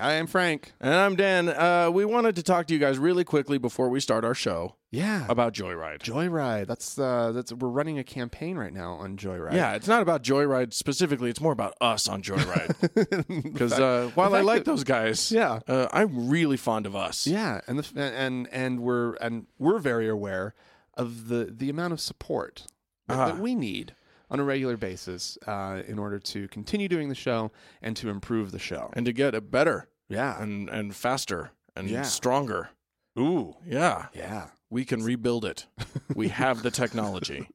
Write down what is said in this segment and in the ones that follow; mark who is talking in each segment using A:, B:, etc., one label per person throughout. A: I am Frank.
B: And I'm Dan. Uh, we wanted to talk to you guys really quickly before we start our show
A: Yeah.
B: about Joyride.
A: Joyride. That's uh that's we're running a campaign right now on Joyride.
B: Yeah, it's not about Joyride specifically. It's more about us on Joyride. Because uh, while
A: the
B: I
A: fact
B: like
A: that-
B: those guys,
A: Yeah.
B: uh, I'm really fond of us.
A: Yeah, and the, and and we're and we're very aware of the the amount of support that,
B: Ah.
A: that we need on a regular basis uh, in order to continue doing the show and to improve the show.
B: and to get it better
A: yeah,
B: and and faster and
A: Yeah.
B: stronger. Ooh, yeah,
A: yeah,
B: we can rebuild it. we have the technology.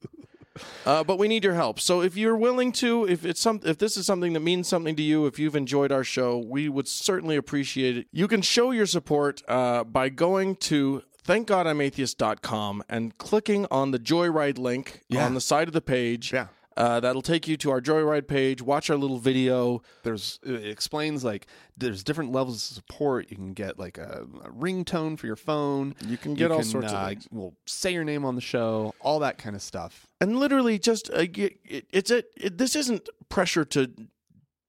B: Uh, but we need your help. So if you're willing to, if it's some, if this is something that means something to you, if you've enjoyed our show, we would certainly appreciate it. You can show your support uh, by going to thankgodimatheist.com and clicking on the Joyride link
A: Yeah.
B: on the side of the page.
A: Yeah.
B: Uh, that'll take you to our Joyride page. Watch our little video.
A: there's it explains like there's different levels of support. You can get like a, a ringtone for your phone. You uh,
B: can get all sorts of things.
A: We'll say your name on the show, all that kind of stuff.
B: and literally just uh, y- it, it's a, it, this isn't pressure to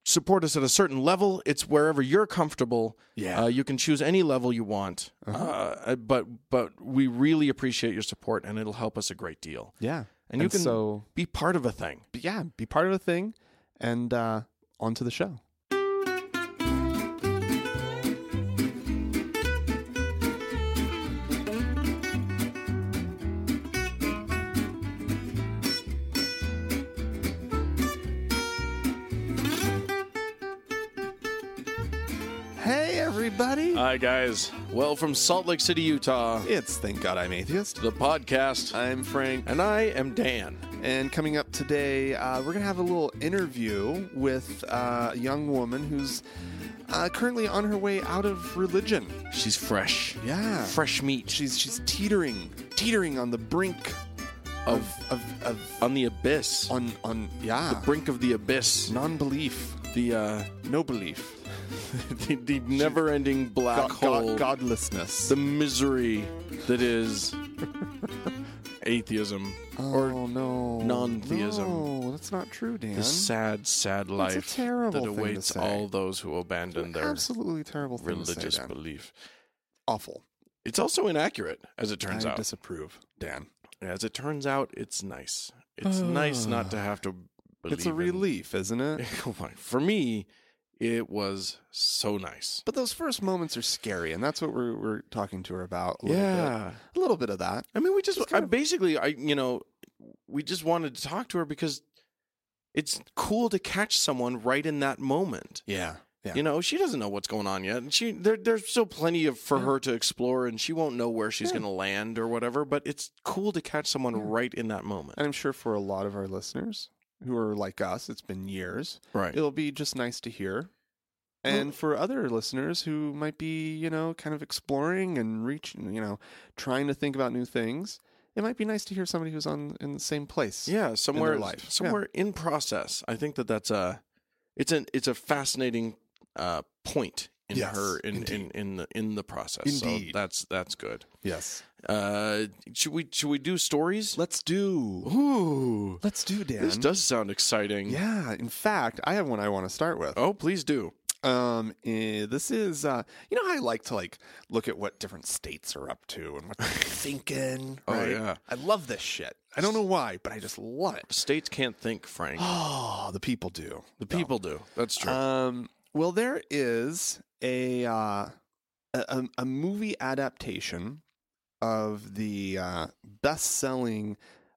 B: support us at a certain level it's wherever you're comfortable
A: Yeah. Uh-huh.
B: uh, you can choose any level you want uh but but we really appreciate your support and it'll help us a great deal
A: Yeah,
B: and, you can
A: so
B: be part of a thing
A: yeah, be part of the thing, and uh, onto the show. Hey, everybody!
B: hi guys well from salt lake city utah
A: it's Thank God I'm Atheist.
B: the podcast
A: I'm Frank.
B: and i am dan
A: And coming up today, uh, we're going to have a little interview with uh, a young woman who's uh, currently on her way out of religion.
B: she's fresh
A: Yeah.
B: fresh meat
A: She's she's teetering, teetering on the brink of of, of
B: on the abyss
A: on on yeah,
B: brink of the abyss
A: non-belief,
B: the uh
A: no belief,
B: the, the never-ending black
A: God-
B: hole
A: God- godlessness.
B: the misery that is atheism,
A: oh no,
B: non-theism.
A: No, that's not true, Dan.
B: the sad, sad
A: a
B: life
A: terrible
B: that
A: thing to
B: awaits
A: say.
B: all those who abandon their
A: Absolutely terrible thing to
B: religious
A: say, Dan.
B: belief.
A: Awful.
B: It's also inaccurate, as it turns
A: I
B: out.
A: disapprove, Dan.
B: as it turns out, it's nice. It's nice not to have to. Believe
A: Ah. It's a
B: in-
A: relief, isn't it?
B: Oh my- For me, it was so nice.
A: But those first moments are scary, and that's what we're, we're talking to her about. A little bit. a little bit of that.
B: I mean, we just,
A: Just
B: I
A: kind of-
B: basically, I, you know, we just wanted to talk to her because it's cool to catch someone right in that moment.
A: Yeah, yeah,
B: You know, she doesn't know what's going on yet. And she there there's still plenty of for
A: Yeah.
B: her to explore and she won't know where she's
A: Yeah.
B: gonna land or whatever, but it's cool to catch someone
A: Yeah.
B: right in that moment.
A: and I'm sure for a lot of our listeners who are like us, it's been years.
B: Right.
A: It'll be just nice to hear. And for other listeners who might be, you know, kind of exploring and reaching, you know, trying to think about new things, it might be nice to hear somebody who's on in the same place.
B: yeah, somewhere
A: life. Yeah.
B: somewhere in process. I think that that's a it's an it's a fascinating uh point in
A: Yes,
B: her in, in
A: indeed.
B: in the in the process. So
A: Indeed.
B: that's that's good.
A: Yes.
B: Uh should we should we do stories?
A: Let's do.
B: Ooh.
A: Let's do, Dan.
B: This does sound exciting.
A: yeah. In fact, I have one I want to start with.
B: Oh, please do.
A: Um, eh, this is uh, you know how I like to like look at what different states are up to and what they're thinking.
B: Oh,
A: Right?
B: yeah.
A: I love this shit. I don't know why, but I just love it.
B: States can't think, Frank.
A: Oh, the people do.
B: The people do. That's true.
A: Um, well, there is a uh, a, a- um, a movie adaptation of the uh, best-selling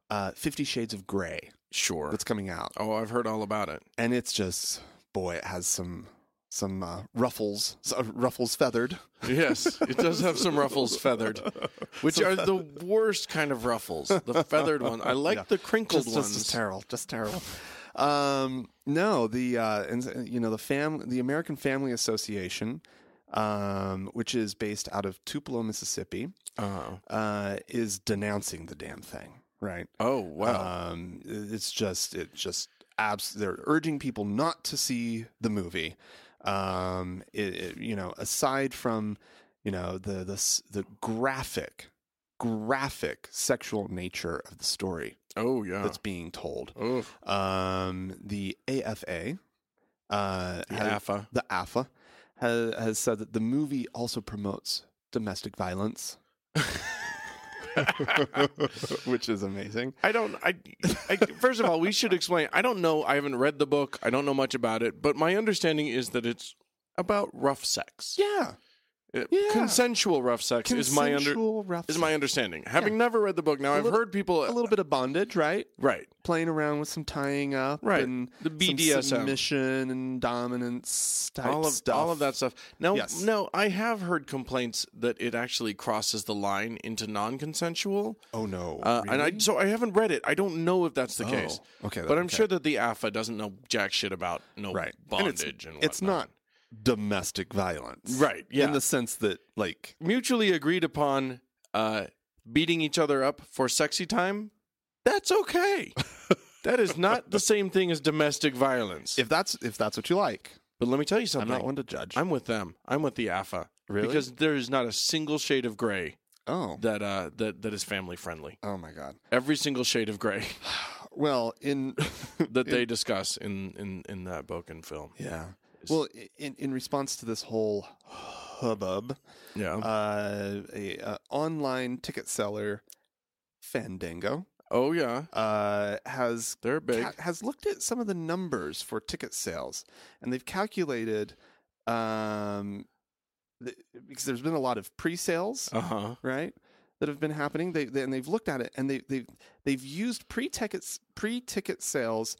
A: uh, Fifty Shades of Grey
B: sure.
A: that's coming out,
B: Oh, I've heard all about it.
A: and it's just boy, it has some some uh, ruffles, so- ruffles feathered.
B: Yes, it does have some ruffles feathered, which are the worst kind of ruffles. The feathered one. I like
A: Yeah.
B: the crinkled
A: just,
B: ones.
A: Just, just terrible. Just terrible. um, no, the uh, and you know the fam the American Family Association, um, which is based out of Tupelo, Mississippi,
B: Uh,
A: uh, is denouncing the damn thing. Right.
B: oh wow.
A: Um, it's just it just abs- they're urging people not to see the movie. Um, it, it- you know, aside from you know the the s- the graphic graphic sexual nature of the story
B: oh yeah.
A: that's being told.
B: Oh,
A: Um, the AFA, uh,
B: the
A: has-
B: AFA.
A: the AFA has, has said that the movie also promotes domestic violence, which is amazing.
B: I don't. I, I first of all, we should explain. I don't know. I haven't read the book. I don't know much about it. But my understanding is that it's about rough sex.
A: Yeah,
B: Uh,
A: yeah.
B: Consensual rough sex is my under
A: Consensual rough
B: is my understanding. Having never read the book, now i I've
A: little-
B: heard people
A: a little bit of bondage, right?
B: right.
A: Playing around with some tying up,
B: Right.
A: And
B: The
A: some
B: BDSM.
A: submission and dominance type
B: all of
A: stuff.
B: all of that stuff. Now,
A: Yes.
B: no, I have heard complaints that it actually crosses the line into non-consensual,
A: Oh no!
B: uh, and I
A: Really?
B: so I haven't read it. I don't know if that's the
A: Oh,
B: case,
A: Okay,
B: but I'm
A: okay.
B: sure that the AFA doesn't know jack shit about no
A: Right. And it's-
B: bondage and,
A: it's
B: whatnot.
A: not domestic violence,
B: right. Yeah,
A: In the sense that, like,
B: mutually agreed upon uh, beating each other up for sexy time. That's okay. that is not the same thing as domestic violence.
A: if that's if that's what you like,
B: but let me tell you something.
A: I'm not one to judge.
B: I'm with them. I'm with the AFA.
A: Really?
B: Because there is not a single shade of gray
A: oh,
B: that uh that, that is family friendly.
A: oh my god.
B: Every single shade of gray
A: Well, in
B: that they discuss in, in, in that book and film.
A: yeah. Well, i- in in response to this whole hubbub,
B: Yeah.
A: uh, a, uh online ticket seller, Fandango,
B: oh yeah.
A: uh, has
B: They're big.
A: ca- has looked at some of the numbers for ticket sales, and they've calculated um, the, because there's been a lot of pre-sales,
B: Uh huh.
A: right, that have been happening. They, they and they've looked at it, and they they they've used pre-tickets pre-ticket sales,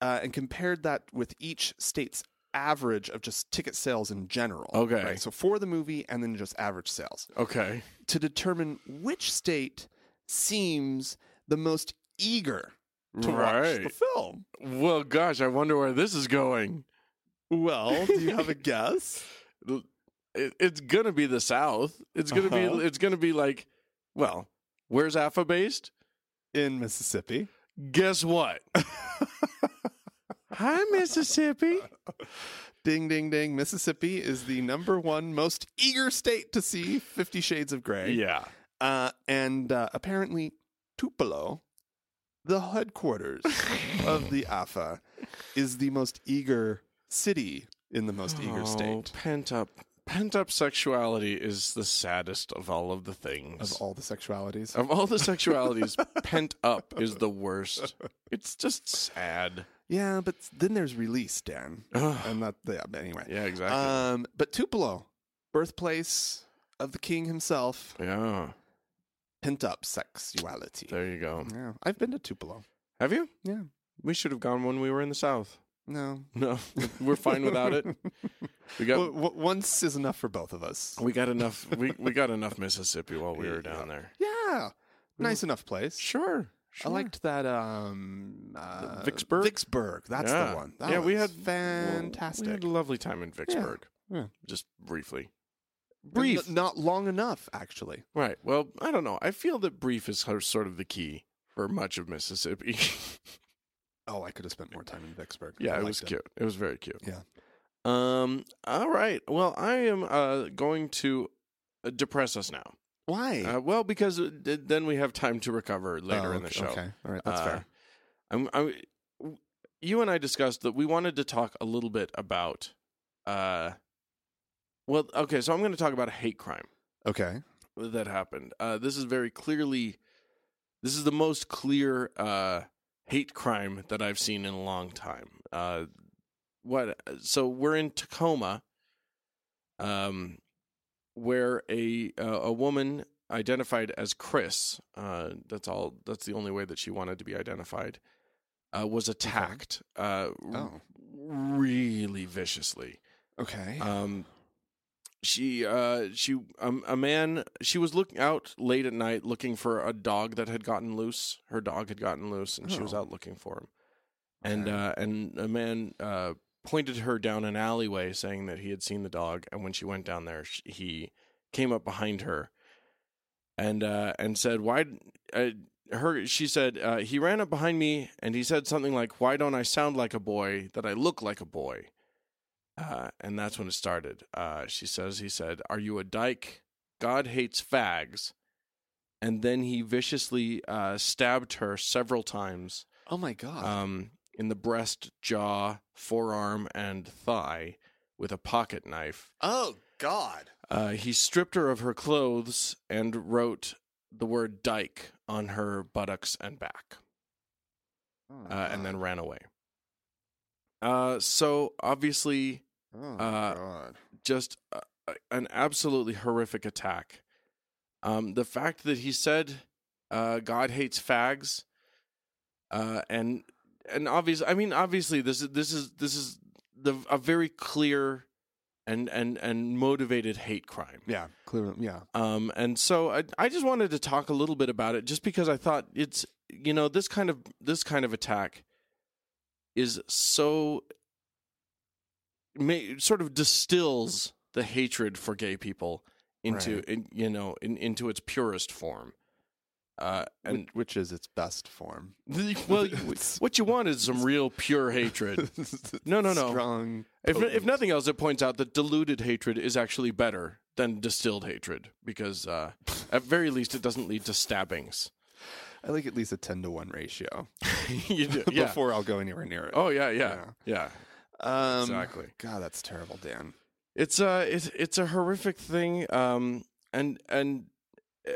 A: uh, and compared that with each state's average of just ticket sales in general.
B: Okay.
A: right? so for the movie, and then just average sales
B: Okay.
A: to determine which state seems the most eager to watch the
B: Right.
A: film.
B: Well gosh, I wonder where this is going.
A: Well, do you have a guess?
B: It, it's gonna be the South. It's gonna
A: Uh-huh.
B: be it's gonna be like well, where's AFA based?
A: In Mississippi.
B: Guess what? Hi Mississippi.
A: Ding, ding, ding. Mississippi is the number one most eager state to see Fifty Shades of Grey.
B: Yeah.
A: Uh, and uh, apparently, Tupelo, the headquarters of the AFA, is the most eager city in the most
B: Oh,
A: eager state
B: Pent up, pent up sexuality is the saddest of all of the
A: of
B: things.
A: all the sexualities.
B: Of all the sexualities, pent up is the worst. It's just sad.
A: Yeah, but then there's release, Dan.
B: Ugh.
A: And that, yeah, but anyway.
B: yeah, exactly.
A: Um, but Tupelo, birthplace of the king himself,
B: yeah,
A: pent up sexuality.
B: there you go.
A: Yeah, I've been to Tupelo.
B: Have you?
A: Yeah,
B: We should have gone when we were in the South.
A: no.
B: No, we're fine without it. We got
A: W- w- once is enough for both of us.
B: we got enough. We, we got enough Mississippi while we were down there.
A: Yeah, nice enough place.
B: Mm. Sure, sure.
A: I liked that. Um, uh,
B: Vicksburg?
A: Vicksburg. That's
B: Yeah.
A: the one. That
B: Yeah, we
A: was
B: had-
A: fantastic.
B: We had a lovely time in Vicksburg.
A: yeah.
B: Just briefly.
A: And
B: Brief.
A: n- not long enough, actually.
B: Right. Well, I don't know. I feel that brief is her- sort of the key for much of Mississippi.
A: Oh, I could have spent more time in Vicksburg. I
B: yeah, it
A: liked
B: was cute. It was very cute.
A: Yeah.
B: Um. All right. Well, I am uh going to uh, depress us now.
A: Why?
B: Uh, well, because uh, th- then we have time to recover later
A: Oh,
B: in the
A: okay-
B: show.
A: Okay, all right, that's
B: Uh,
A: fair.
B: I'm, I'm, you and I discussed that we wanted to talk a little bit about. Uh. Well, okay. So I'm going to talk about a hate crime.
A: Okay,
B: that happened. Uh, this is very clearly, this is the most clear uh, hate crime that I've seen in a long time. Uh, what? So we're in Tacoma, um, where a uh, a woman identified as Chris. Uh, that's all. That's the only way that she wanted to be identified. Uh, was attacked uh, r-
A: Oh.
B: really viciously.
A: okay.
B: Um, she uh she um, a man she was looking out late at night looking for a dog that had gotten loose. Her dog had gotten loose, and she was
A: Oh.
B: out looking for him. And
A: Okay.
B: uh, and a man uh pointed her down an alleyway, saying that he had seen the dog. And when she went down there, sh he came up behind her and uh and said, "Why?" Uh, her she said uh, he ran up behind me and he said something like why don't i sound like a boy that i look like a boy uh, and that's when it started. Uh, she says, he said, Are you a dyke? God hates fags. And then he viciously uh, stabbed her several times
A: oh my god.
B: um, in the breast, jaw, forearm, and thigh with a pocket knife.
A: Oh God.
B: Uh, he stripped her of her clothes and wrote the word dyke on her buttocks and back,
A: Oh,
B: uh,
A: Ah.
B: and then ran away. Uh, so obviously,
A: Oh,
B: uh,
A: God.
B: just uh, an absolutely horrific attack. Um, the fact that he said uh, God hates fags, uh, and and obvious, I mean, obviously, this is this is this is the a very clear and and and motivated hate crime.
A: Yeah. Clear. Yeah.
B: Um, and so I, I just wanted to talk a little bit about it, just because I thought it's you know this kind of this kind of attack is so may, sort of distills the hatred for gay people into
A: Right.
B: in, you know in, into its purest form. Uh, and
A: which, which is its best form.
B: well, you- what you want is some real pure hatred. No, no, no.
A: Strong.
B: If,
A: potent.
B: if nothing else, it points out that diluted hatred is actually better than distilled hatred because, uh, at very least, it doesn't lead to stabbings.
A: I like at least a ten to one ratio
B: you do, yeah.
A: before I'll go anywhere near it.
B: Oh yeah, yeah, yeah.
A: um,
B: exactly.
A: God, that's terrible, Dan.
B: It's a it's it's a horrific thing. Um, and and uh,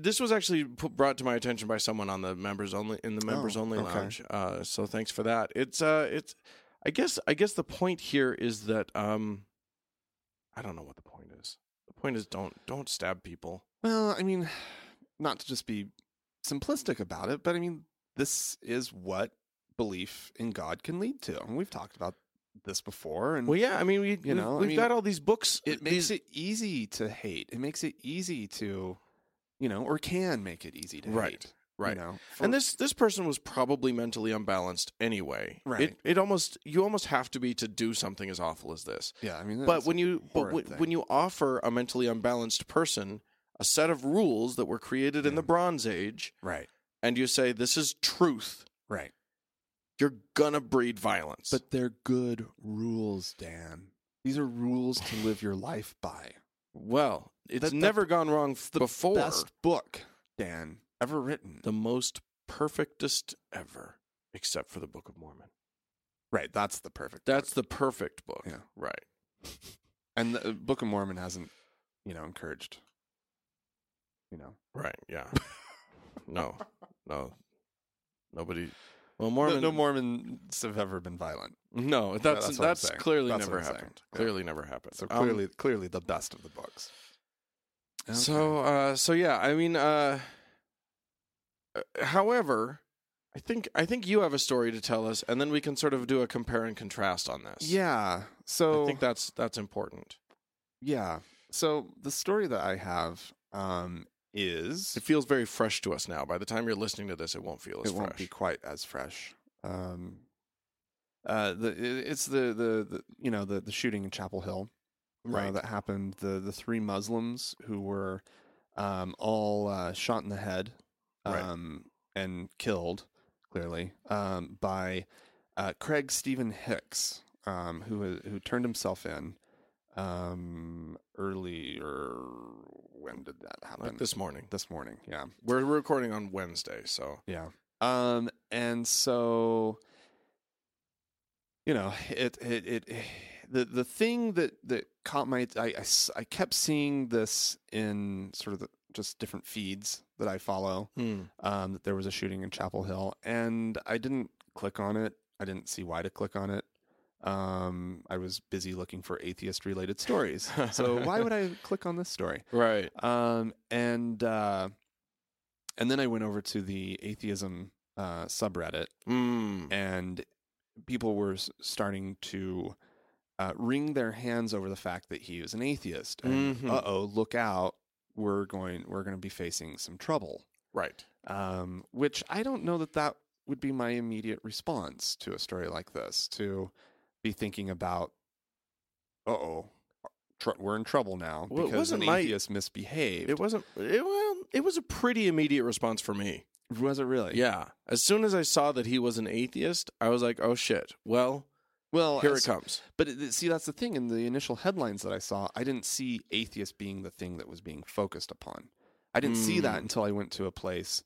B: this was actually put, brought to my attention by someone on the members only in the members
A: Oh,
B: only
A: okay.
B: lounge. Uh, so thanks for that. It's uh, it's I guess I guess the point here is that um, I don't know what the point is. The point is don't don't stab people.
A: Well, I mean, not to just be simplistic about it, but I mean, this is what belief in God can lead to. And we've talked about this before. And
B: Well, yeah, I mean, we you
A: Mm. know,
B: know,
A: I
B: we've
A: mean,
B: got all these books.
A: it makes
B: these-
A: it easy to hate. It makes it easy to, you know, or can make it easy to
B: Right,
A: hate.
B: right.
A: You know,
B: and this this person was probably mentally unbalanced anyway.
A: Right.
B: It it almost you almost have to be to do something as awful as this.
A: yeah, I mean,
B: but when you but
A: horrid
B: when,
A: thing.
B: when you offer a mentally unbalanced person a set of rules that were created in
A: Yeah.
B: the Bronze Age,
A: right,
B: and you say this is truth,
A: right,
B: you're gonna breed violence.
A: but they're good rules, Dan. These are rules to live your life by.
B: well, it's
A: That- that-
B: never gone wrong f- before.
A: Best book, Dan, ever written.
B: The most perfectest ever, except for the Book of Mormon.
A: right, that's the perfect.
B: That's the perfect book.
A: Yeah.
B: Right.
A: and the uh, Book of Mormon hasn't, you know, encouraged, you know,
B: Right. Yeah. no. No. Nobody. Well, Mormon.
A: No, no Mormons have ever been violent.
B: No,
A: that's
B: that's that's,
A: what I'm saying.
B: clearly
A: That's
B: never
A: what I'm saying.
B: happened.
A: Yeah.
B: Clearly never happened.
A: So
B: Um,
A: clearly, clearly the best of the books.
B: So uh, so yeah. I mean, uh, uh, however, I think I think you have a story to tell us, and then we can sort of do a compare and contrast on this.
A: yeah, so
B: I think that's that's important.
A: yeah, so the story that I have um, is
B: It feels very fresh to us now. By the time you're listening to this, it won't feel as
A: it
B: fresh.
A: won't be quite as fresh. Um, uh, the it- it's the, the the you know the the shooting in Chapel Hill, uh,
B: Right.
A: that happened. The the three Muslims who were um, all uh, shot in the head,
B: Right.
A: um, and killed clearly um, by uh, Craig Stephen Hicks, um, who who turned himself in um, earlier. When did that happen?
B: like this morning.
A: this morning, yeah.
B: We're recording on Wednesday, so
A: Yeah. Um, and so, you know, it, it, it, eh, the, the thing that, that caught my, I, I s- I kept seeing this in sort of the, just different feeds that I follow,
B: Hmm.
A: um, that there was a shooting in Chapel Hill and I didn't click on it. I didn't see why to click on it. Um, I was busy looking for atheist related stories. So why would I click on this story?
B: right.
A: um, and uh, and then I went over to the atheism uh, subreddit,
B: Mm.
A: and people were s- starting to uh, wring their hands over the fact that he was an atheist. And
B: Mhm.
A: uh oh, look out! We're going we're going to be facing some trouble.
B: Right.
A: Um, which I don't know that that would be my immediate response to a story like this. To be thinking about, uh oh. Tr- we're in trouble now
B: Well, it
A: because
B: wasn't
A: an
B: my-
A: atheist misbehaved.
B: It wasn't. It, well, it was a pretty immediate response for me.
A: Was it really?
B: Yeah. As soon as I saw that he was an atheist, I was like, "Oh shit!" Well,
A: Well,
B: here
A: as-
B: it comes.
A: But it- see, that's the thing. In the initial headlines that I saw, I didn't see atheist being the thing that was being focused upon. I didn't see that
B: Mm.
A: until I went to a place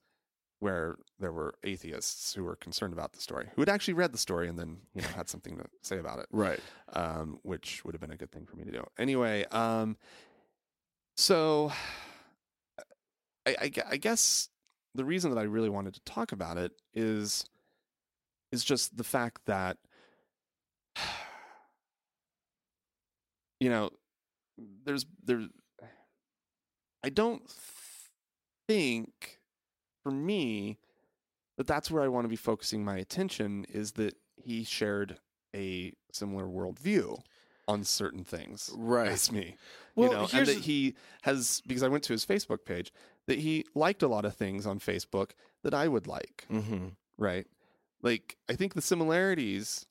A: where there were atheists who were concerned about the story, who had actually read the story and then you know had something to say about it,
B: Right.
A: um, which would have been a good thing for me to do. Anyway, um, so I, I gue- I guess the reason that I really wanted to talk about it is is just the fact that you know there's there's I don't think for me that that's where I want to be focusing my attention is that he shared a similar worldview on certain things
B: Right.
A: as me.
B: Well,
A: you know, and
B: here's
A: that he has because I went to his Facebook page that he liked a lot of things on Facebook that I would like,
B: mm-hmm.
A: right? Like I think the similarities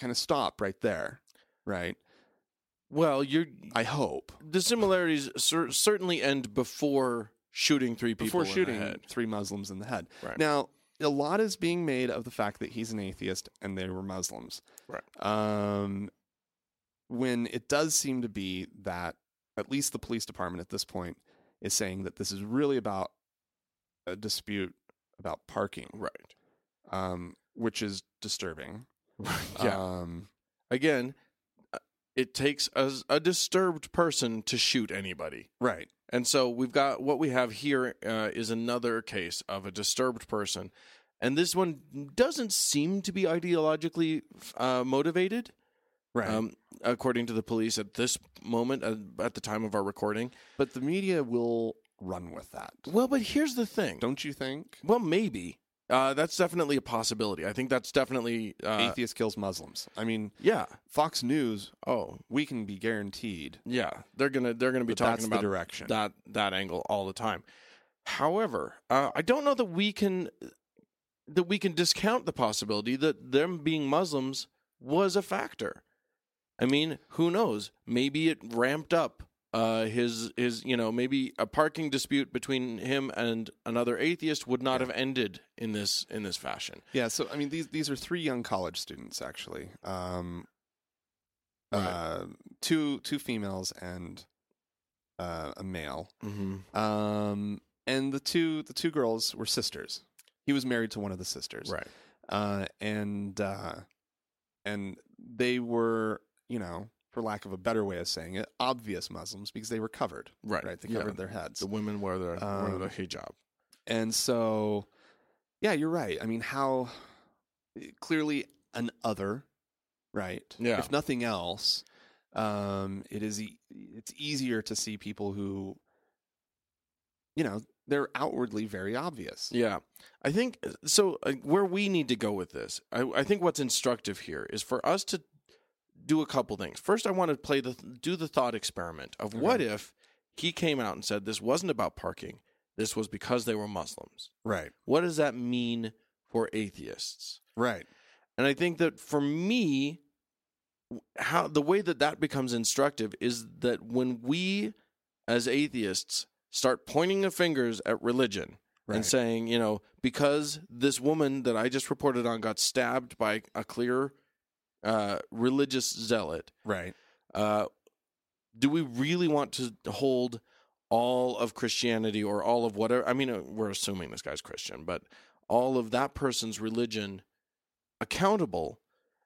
A: kind of stop right there, right?
B: Well, you're
A: I hope
B: the similarities cer- certainly end before shooting three people
A: before
B: in the
A: shooting
B: head.
A: three Muslims in the head.
B: Right.
A: Now, a lot is being made of the fact that he's an atheist and they were Muslims.
B: Right.
A: Um, when it does seem to be that at least the police department at this point is saying that this is really about a dispute about parking,
B: Right.
A: um, which is disturbing.
B: yeah.
A: Um,
B: Uh, Again, uh, it takes a, a disturbed person to shoot anybody.
A: right.
B: And so we've got what we have here uh, is another case of a disturbed person. And this one doesn't seem to be ideologically uh, motivated,
A: Right.
B: um, according to the police at this moment, uh, at the time of our recording.
A: but the media will run with that.
B: Well, but here's the thing.
A: Don't you think?
B: Well, maybe. Uh, that's definitely a possibility. I think that's definitely. Uh,
A: Atheist kills Muslims. I mean,
B: yeah.
A: Fox News,
B: Oh,
A: we can be guaranteed
B: yeah. They're gonna they're gonna be
A: that
B: talking
A: that's
B: about
A: the direction.
B: that that angle all the time. However, uh, I don't know that we can that we can discount the possibility that them being Muslims was a factor. I mean, who knows? Maybe it ramped up uh, his his you know maybe a parking dispute between him and another atheist would not
A: Yeah.
B: have ended in this in this fashion.
A: Yeah, so I mean these these are three young college students actually. Um uh two two females and uh a male.
B: Mm-hmm.
A: Um and the two the two girls were sisters. He was married to one of the sisters.
B: Right.
A: Uh and uh and they were, you know, for lack of a better way of saying it, obvious Muslims because they were covered,
B: Right.
A: right? They
B: Yeah.
A: covered their heads.
B: The women wear their wear
A: Um,
B: their hijab.
A: And so, yeah, you're right. I mean, how eh, clearly an other, right?
B: Yeah.
A: If nothing else, um, it is e- it's easier to see people who, you know, they're outwardly very obvious.
B: Yeah. I think so. Uh, where we need to go with this, I, I think what's instructive here is for us to do a couple things. First, I want to play the do the thought experiment of what if he came out and said this wasn't about parking, this was because they were Muslims.
A: Right.
B: What does that mean for atheists?
A: Right.
B: And I think that for me, how the way that that becomes instructive is that when we, as atheists, start pointing the fingers at religion
A: Right.
B: and saying, you know, because this woman that I just reported on got stabbed by a clear uh, religious zealot,
A: right.
B: uh, do we really want to hold all of Christianity or all of whatever? I mean, uh, we're assuming this guy's Christian, but all of that person's religion accountable?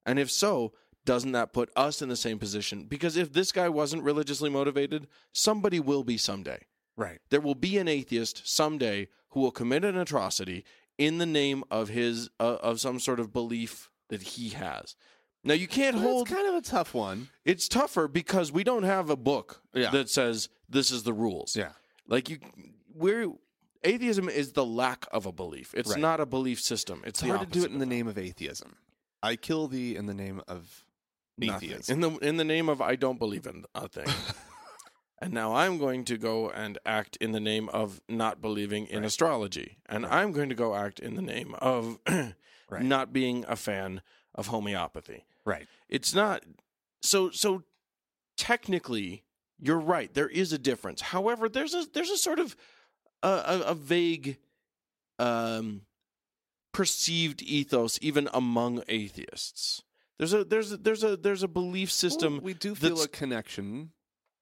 B: And if so, doesn't that put us in the same position? Because if this guy wasn't religiously motivated, somebody will be someday.
A: Right.
B: There will be an atheist someday who will commit an atrocity in the name of his uh, of some sort of belief that he has. Now you can't hold
A: It's kind of a tough one.
B: it's tougher because we don't have a book
A: Yeah.
B: that says this is the rules.
A: Yeah.
B: Like you we're atheism is the lack of a belief. It's
A: Right.
B: not a belief system. It's
A: It's hard to do it in the
B: name
A: name of atheism. I kill thee in the name of atheism.
B: In the in the name of I don't believe in a thing. and now I'm going to go and act in the name of not believing in
A: Right.
B: astrology. And
A: Right.
B: I'm going to go act in the name of
A: Right.
B: not being a fan of homeopathy.
A: Right.
B: it's not so so technically you're right there is a difference however there's a there's a sort of a, a, a vague um perceived ethos even among atheists there's a there's a, there's a there's a belief system
A: Well, we do feel
B: that's-
A: a connection.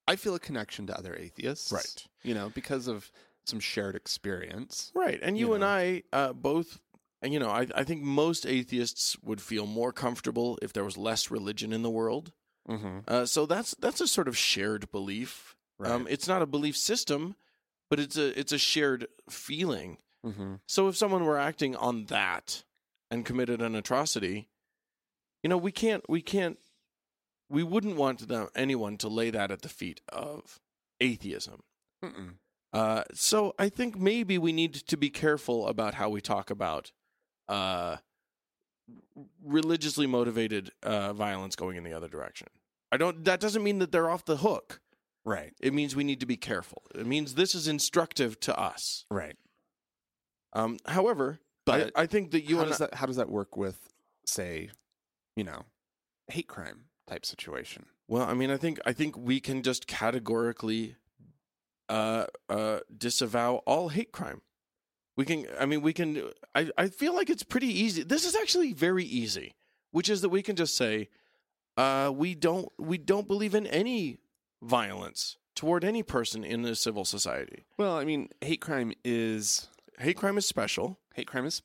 A: I feel a connection to other atheists,
B: Right.
A: You know, because of some shared experience.
B: Right. And you,
A: You
B: and
A: know.
B: I uh, both, and you know, I, I think most atheists would feel more comfortable if there was less religion in the world.
A: Mm-hmm.
B: Uh, so that's that's a sort of shared belief.
A: Right.
B: Um, it's not a belief system, but it's a it's a shared feeling.
A: mm-hmm.
B: So if someone were acting on that and committed an atrocity, you know, we can't we can't we wouldn't want them, anyone to lay that at the feet of atheism.
A: Mm-mm.
B: Uh, so I think maybe we need to be careful about how we talk about uh, religiously motivated uh, violence going in the other direction. I don't. That doesn't mean that they're off the hook.
A: Right.
B: It means we need to be careful. It means this is instructive to us.
A: Right.
B: Um, however,
A: But
B: I, I think that you
A: how
B: and
A: does that how does that work with say, you know, hate crime type situation?
B: Well, I mean, I think I think we can just categorically uh, uh, disavow all hate crime. We can. I mean, we can. I, I feel like it's pretty easy. This is actually very easy, which is that we can just say uh, we don't we don't believe in any violence toward any person in a civil society.
A: Well, I mean, hate crime is
B: Hate crime is special.
A: hate crime is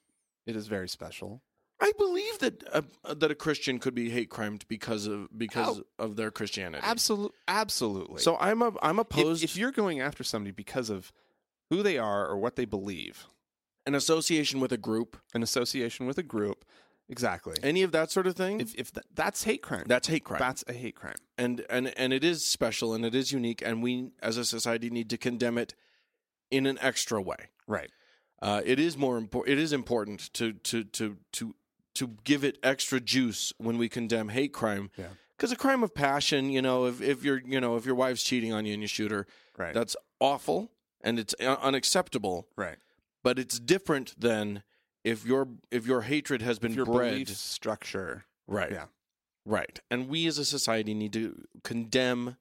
A: it is very special.
B: I believe that uh, that a Christian could be hate crimed because of because
A: Oh.
B: of their Christianity.
A: Absolutely, absolutely.
B: So I'm a, I'm
A: if,
B: opposed.
A: if you're going after somebody because of who they are or what they believe,
B: an association with a group
A: an association with a group, exactly.
B: any of that sort of thing
A: if if th- that's hate crime,
B: that's hate crime
A: that's a hate crime.
B: and and and it is special and it is unique and we as a society need to condemn it in an extra way
A: Right.
B: uh, it is more important it is important to to to to to give it extra juice when we condemn hate crime
A: Yeah.
B: because a crime of passion you know if if you're you know if your wife's cheating on you and you shoot her
A: Right.
B: that's awful and it's un- unacceptable
A: right.
B: but it's different than if your if your hatred has been
A: If your
B: bred
A: belief structure.
B: Right.
A: Yeah.
B: Right. And we as a society need to condemn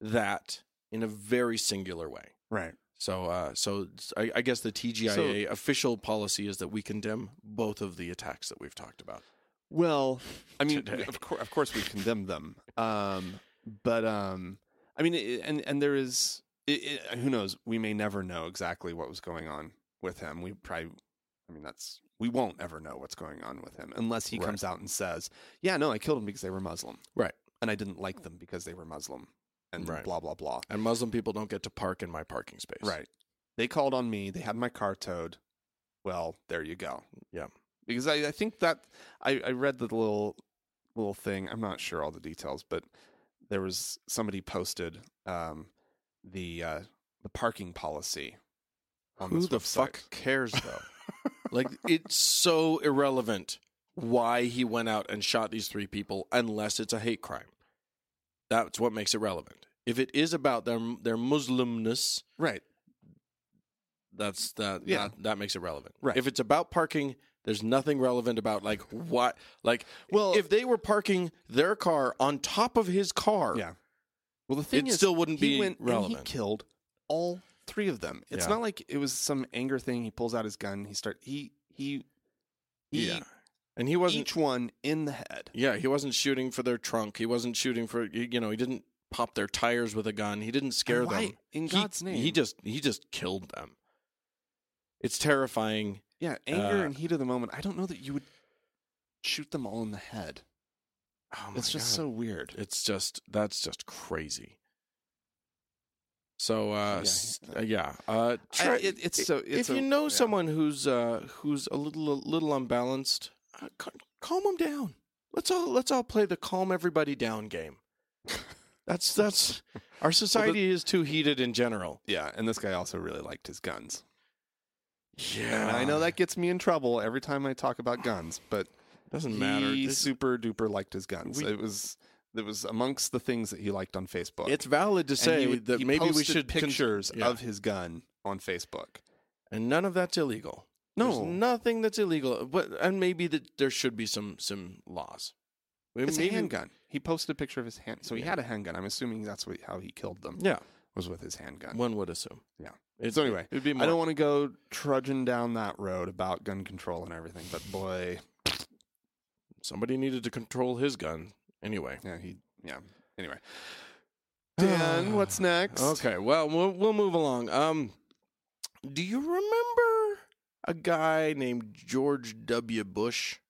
B: that in a very singular way.
A: Right.
B: So, uh, so I, I guess the TGIA official policy is that we condemn both of the attacks that we've talked about.
A: Well, I mean,
B: Today.
A: of, cour- of course, we condemn them. Um, but um, I mean, it, and and there is it, it, who knows? We may never know exactly what was going on with him. We probably, I mean, that's we won't ever know what's going on with him unless he
B: Right.
A: comes out and says, "Yeah, no, I killed him because they were Muslim,
B: Right.
A: And I didn't like them because they were Muslim, and
B: Right.
A: blah blah blah."
B: And Muslim people don't get to park in my parking space.
A: Right. They called on me. They had my car towed. Well, there you go.
B: Yeah.
A: Because I, I think that I, I read the little little thing. I'm not sure all the details, but there was somebody posted um, the uh, the parking policy. On
B: Who
A: this
B: the
A: website.
B: fuck cares though? like it's so irrelevant why he went out and shot these three people unless it's a hate crime. That's what makes it relevant. If it is about their their Muslimness,
A: Right.
B: that's that
A: Yeah.
B: that, that makes it relevant.
A: Right.
B: If it's about parking, there's nothing relevant about like what like
A: Well,
B: if they were parking their car on top of his car,
A: yeah. Well, the thing
B: it
A: is,
B: still wouldn't
A: he
B: be
A: went
B: relevant.
A: and he killed all three of them. It's
B: Yeah.
A: not like it was some anger thing. He pulls out his gun. He start. He he. he
B: yeah. And he wasn't
A: each one in the head.
B: Yeah, he wasn't shooting for their trunk. He wasn't shooting for you you know, he didn't pop their tires with a gun. He didn't scare
A: And why,
B: them.
A: In
B: He-
A: God's name,
B: He just he just killed them. It's terrifying.
A: yeah, anger
B: uh,
A: and heat of the moment. I don't know that you would shoot them all in the head.
B: Oh my
A: it's just
B: God.
A: so weird.
B: it's just that's just crazy. So
A: Yeah,
B: uh s- uh, yeah, uh
A: I-
B: try,
A: it- it's so. It's
B: if you
A: a-
B: know
A: yeah.
B: someone who's uh who's a little a little unbalanced, uh, ca- calm them down. Let's all let's all play the calm everybody down game. That's that's our society is too heated in general.
A: yeah, and this guy also really liked his guns.
B: Yeah,
A: And I
B: Ah,
A: know that gets me in trouble every time I talk about guns, but
B: doesn't matter.
A: he
B: It's,
A: super duper liked his guns.
B: We-
A: it was it was amongst the things that he liked on Facebook.
B: it's valid to
A: And he
B: say
A: would-
B: that
A: he
B: maybe we
A: posted
B: should con-
A: pictures
B: yeah.
A: of his gun on Facebook.
B: and none of that's illegal. There's
A: No.
B: nothing that's illegal. But and maybe that there should be some some laws.
A: It's
B: Maybe-
A: a handgun. He posted a picture of his hand, so he
B: Yeah.
A: had a handgun. I'm assuming that's what, how he killed them.
B: Yeah,
A: was with his handgun.
B: one would assume.
A: Uh, Yeah.
B: It's,
A: So anyway,
B: it'd be more,
A: I don't want to go trudging down that road about gun control and everything, but boy,
B: somebody needed to control his gun anyway.
A: yeah, he, yeah. Anyway, Dan, what's next?
B: Okay, well, we'll, we'll move along. Um, Do you remember a guy named George W. Bush?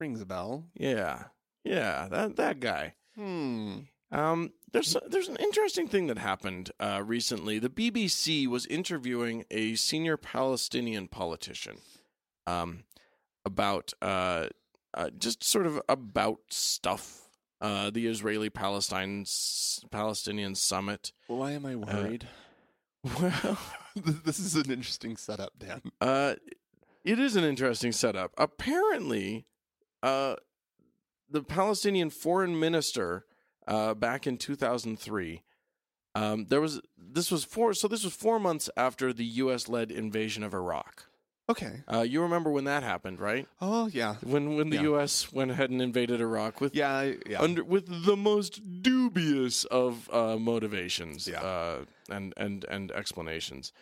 A: Rings a bell.
B: Yeah, yeah, that that guy.
A: Hmm.
B: Um, there's there's an interesting thing that happened uh, recently. The BBC was interviewing a senior Palestinian politician um, about uh, uh, just sort of about stuff. Uh, the Israeli Palestine Palestinian summit.
A: Why am I worried?
B: Well,
A: Uh, this is an interesting setup, Dan.
B: uh, it is an interesting setup. Apparently, uh, the Palestinian foreign minister uh, back in 2003. Um, there was this was four so this was four months after the U.S. led invasion of Iraq.
A: Okay.
B: Uh, you remember when that happened, right?
A: Oh yeah.
B: When when the
A: Yeah.
B: U.S. went ahead and invaded Iraq with
A: Yeah. I- Yeah.
B: under with the most dubious of uh, motivations
A: Yeah.
B: uh, and and and explanations.